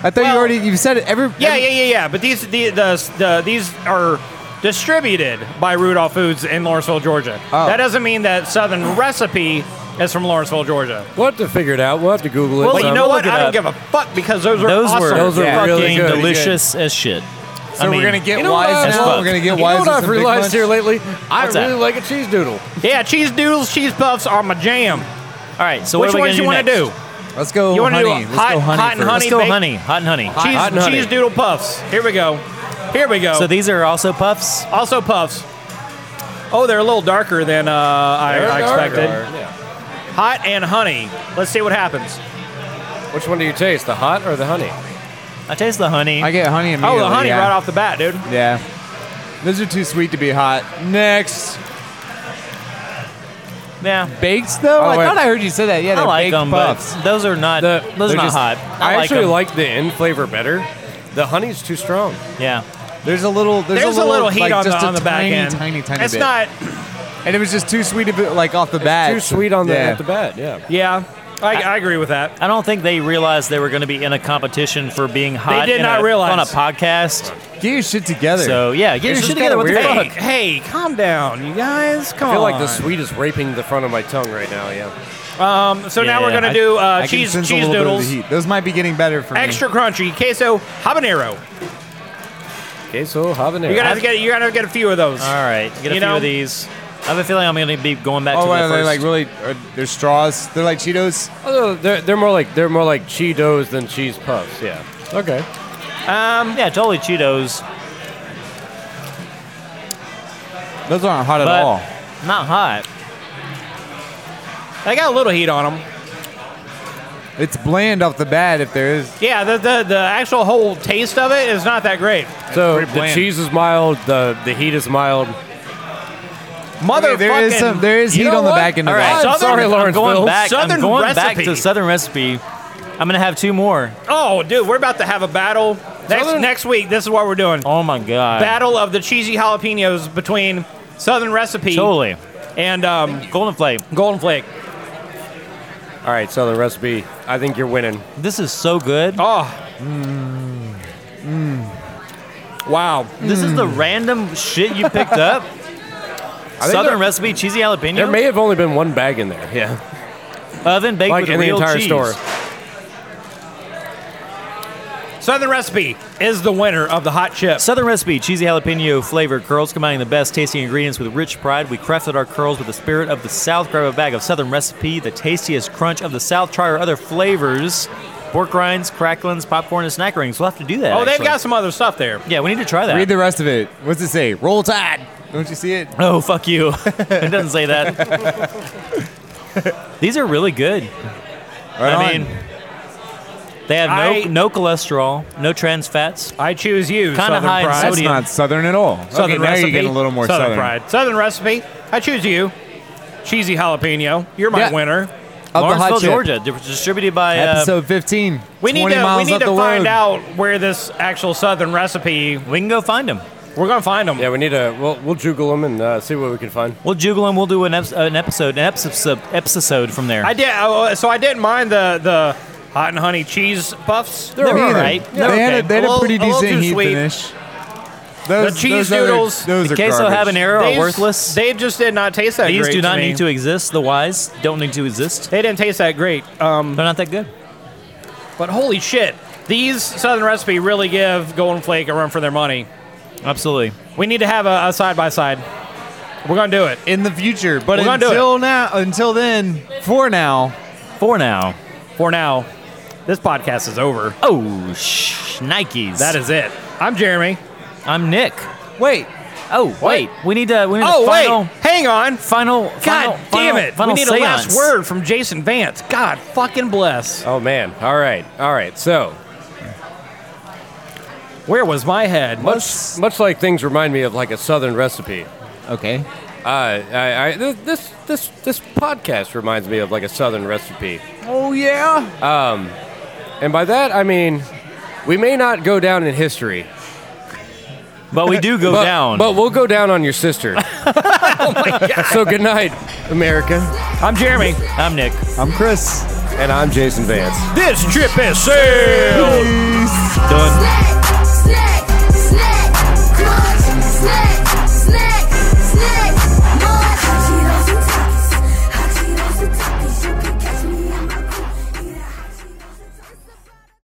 S3: I thought
S1: Well-
S3: you already you said it. Every
S1: Yeah,
S3: every-
S1: yeah, yeah, yeah. But these the, the, the these are distributed by Rudolph Foods in Lawrenceville, Georgia.
S3: Oh.
S1: That doesn't mean that Southern recipe is from Lawrenceville, Georgia.
S4: We'll have to figure it out. We'll have to Google it.
S1: But you
S4: some.
S1: know
S2: we'll
S1: what?
S2: look it
S1: I don't
S2: up.
S1: give a fuck because those are
S2: those
S1: awesome.
S2: were
S4: Those are
S2: fucking
S4: really good.
S2: delicious as shit.
S3: So we're gonna get
S4: You know
S3: wise
S4: what?
S2: That's
S3: now.
S2: fuck.
S3: We're gonna
S4: You
S3: get
S4: know
S3: wise.
S4: what
S3: with
S4: I've
S3: some Big Munch.
S4: realized here lately? I
S2: What's that?
S4: really like a cheese doodle.
S1: Yeah, cheese doodles, cheese puffs are my jam.
S2: All right. So
S1: Which
S2: what are we
S1: ones you
S2: want
S1: want to do?
S3: Let's go.
S1: You wanna
S3: oh, honey.
S1: do
S3: Let's
S1: hot-
S3: go honey
S1: hot and
S3: first.
S1: honey?
S2: Let's go,
S1: baked-
S2: honey. Hot and honey.
S1: Cheese,
S4: hot and honey.
S1: cheese doodle puffs. Here we go. Here we go.
S2: So these are also puffs.
S1: also puffs. Oh, they're a little darker than uh, I, I expected. Hot and honey. Let's see what happens.
S4: Which one do you taste, the hot or the honey?
S2: I taste the honey.
S3: I get honey
S1: Oh,
S3: immediately.
S1: the honey
S3: yeah.
S1: right off the bat, dude.
S3: Yeah. Those are too sweet to be hot. Next.
S2: yeah.
S3: Baked though? I
S4: wait.
S3: thought Oh, I heard you say that. Yeah,
S2: I
S3: they're
S2: like
S3: baked
S2: them,
S3: puffs.
S2: but those are not.
S4: The-
S2: those are
S4: they're
S2: not
S4: just-
S2: hot.
S4: I,
S2: I, like
S4: actually
S2: them.
S4: like the end flavor better. The honey's too strong.
S2: Yeah.
S3: There's a little there's,
S1: There's a little, heat
S3: like,
S1: on, the,
S3: just a
S1: on the back
S3: tiny,
S1: end.
S3: Tiny, tiny
S1: it's
S3: bit.
S1: not,
S3: and it was just too sweet of it, like off the bat.
S4: too sweet on the
S3: yeah.
S4: at the bat, yeah.
S1: yeah, I, I agree with that.
S2: I don't think they realized they were going to be in a competition for being hot.
S1: did
S2: in
S1: not
S2: a-
S1: realize.
S2: on a podcast.
S3: Get your shit together.
S2: So yeah, get
S4: It's
S2: your
S4: just
S2: shit together. What
S4: kinda
S2: the
S1: Hey,
S4: weird.
S2: fuck?
S1: hey, calm down, you guys. Come
S4: I feel
S1: on.
S4: like the sweet is raping the front of my tongue right now, yeah.
S1: so now
S2: Yeah,
S1: we're gonna
S2: I-
S1: do uh,
S3: I can
S1: cheese
S3: sense a
S1: cheese
S3: little bit of the
S1: doodles,
S3: heat. Those might be getting better for
S1: extra crunchy, queso, habanero.
S4: Okay, so habanero.
S1: You're gonna have to get you're gonna have to get a few of those.
S2: All right, get a
S1: You
S2: few
S1: know-
S2: of these. I have a feeling I'm going to be going back
S3: me.
S2: to
S3: Oh,
S2: the
S3: wow,
S2: first.
S3: they're like really. Are, they're straws. They're like Cheetos.
S4: Oh, they're, they're more like they're more like Cheetos than cheese puffs, yeah. Okay.
S2: um, yeah, totally Cheetos,
S3: Those aren't hot at
S2: but
S3: all.
S2: not hot.
S1: They got a little heat on them.
S3: It's bland off the bat if there is.
S1: Yeah, the, the the actual whole taste of it is not that great.
S4: So
S3: pretty
S4: the
S3: bland.
S4: cheese is mild, the the heat is mild.
S1: Motherfucking.
S3: there is some. There is
S4: You
S3: heat
S4: know
S3: on the
S4: what?
S3: back end of
S2: All right,
S3: that.
S4: I'm sorry,
S2: I'm going
S4: Lawrenceville.
S2: back.
S1: Southern
S2: I'm going back
S1: recipe.
S2: to Southern recipe. I'm going to have two more.
S1: oh, dude, we're about to have a battle next next week. This is what we're doing.
S2: Oh my god.
S1: Battle of the cheesy jalapenos between Southern Recipe
S2: totally.
S1: and um,
S2: Golden flame.
S1: Golden Flake.
S4: All right, so the recipe. I think you're winning.
S2: This is so good.
S1: Oh. Wow.
S2: This is the random shit you picked up. Southern recipe cheesy jalapeno
S4: There may have only been one bag in there. Yeah,
S2: oven baked
S4: like
S2: with
S4: in the
S2: real
S4: entire
S2: cheese.
S4: store.
S1: Southern Recipe is the winner of the hot chip.
S2: Southern recipe cheesy jalapeno flavored curls, combining the best tasting ingredients with rich pride. We crafted our curls with the spirit of the South. Grab a bag of Southern recipe, the tastiest crunch of the South. Try our other flavors: pork rinds, cracklins, popcorn, and snack rings. We'll have to do that.
S1: Oh, they've
S2: actually.
S1: got some other stuff there.
S2: Yeah, we need to try that.
S3: Read the rest of it. What's it say? Roll Tide. Don't you see it?
S2: Oh, fuck you. it doesn't say that. These are really good.
S3: Right
S2: I
S3: on.
S2: mean, they have no,
S1: I-
S2: no cholesterol, no trans fats.
S1: I choose you,
S2: Kinda
S1: Southern
S2: high in
S1: Pride.
S3: that's
S2: sodium.
S3: not southern at all.
S1: Southern
S3: okay, now
S1: Recipe.
S3: you're getting a little more southern.
S1: Pride. Southern Recipe. I choose you. Cheesy jalapeno. You're my
S3: Yeah.
S1: winner.
S3: Up the hot
S2: Lawrenceville,
S3: chip.
S2: Georgia, di- distributed by. uh,
S3: Episode 15.
S1: Um, We need
S3: 20
S1: to we
S3: miles
S1: need
S3: up
S1: to
S3: the
S1: find
S3: road.
S1: out where this actual Southern Recipe.
S2: we can go find them.
S1: We're gonna find them.
S4: Yeah, we need to. We'll we'll juggle them and uh, see what we can find.
S2: We'll juggle them. We'll do an, eps- an episode, an episode, episode from there.
S1: I did. I, so I didn't mind the the hot and honey cheese puffs.
S2: They're
S3: Me
S2: all
S3: either.
S2: right.
S3: Yeah, they, had a, they had a
S1: little-
S3: pretty
S1: a little too
S3: decent heat
S1: sweet.
S3: finish. Those,
S1: The cheese
S3: those other-
S1: noodles,
S3: those
S2: The
S3: are
S2: queso
S3: garbage.
S2: habanero
S1: These-
S2: are worthless.
S1: They just did not taste that.
S2: These
S1: great
S2: do not
S1: me.
S2: need to exist. The wise don't need to exist.
S1: They didn't taste that great. Um,
S2: They're not that good.
S1: but holy shit, these Southern Recipe really give Golden Flake a run for their money.
S2: Absolutely.
S1: We need to have a side by side. We're gonna do it.
S3: in the future. But
S1: We're gonna do it.
S3: until now, until then, for now,
S2: For now.
S1: For now, this podcast is over.
S2: Oh, sh- Nikes.
S1: That is it. I'm Jeremy.
S2: I'm Nick.
S3: wait.
S2: Oh, wait. We need to. We need
S1: Oh
S2: a final.
S1: wait, hang on.
S2: Final.
S1: God
S2: final, final,
S1: damn it!
S2: Final
S1: we need a
S2: seance.
S1: last word from Jason Vance. God fucking bless.
S4: Oh man! All right, all right. So
S1: Where was my head?
S4: much much like things remind me of like a southern recipe.
S3: Okay.
S4: Uh, I, I, this- this this this podcast reminds me of like a southern recipe. Um,
S3: Oh yeah.
S4: And by that, I mean, we may not go down in history.
S2: But we do go
S4: but,
S2: down.
S4: But we'll go down on your sister. So good night, America.
S1: I'm Jeremy.
S2: I'm Nick.
S3: I'm Chris.
S4: And I'm Jason Vance.
S1: This trip is sailed.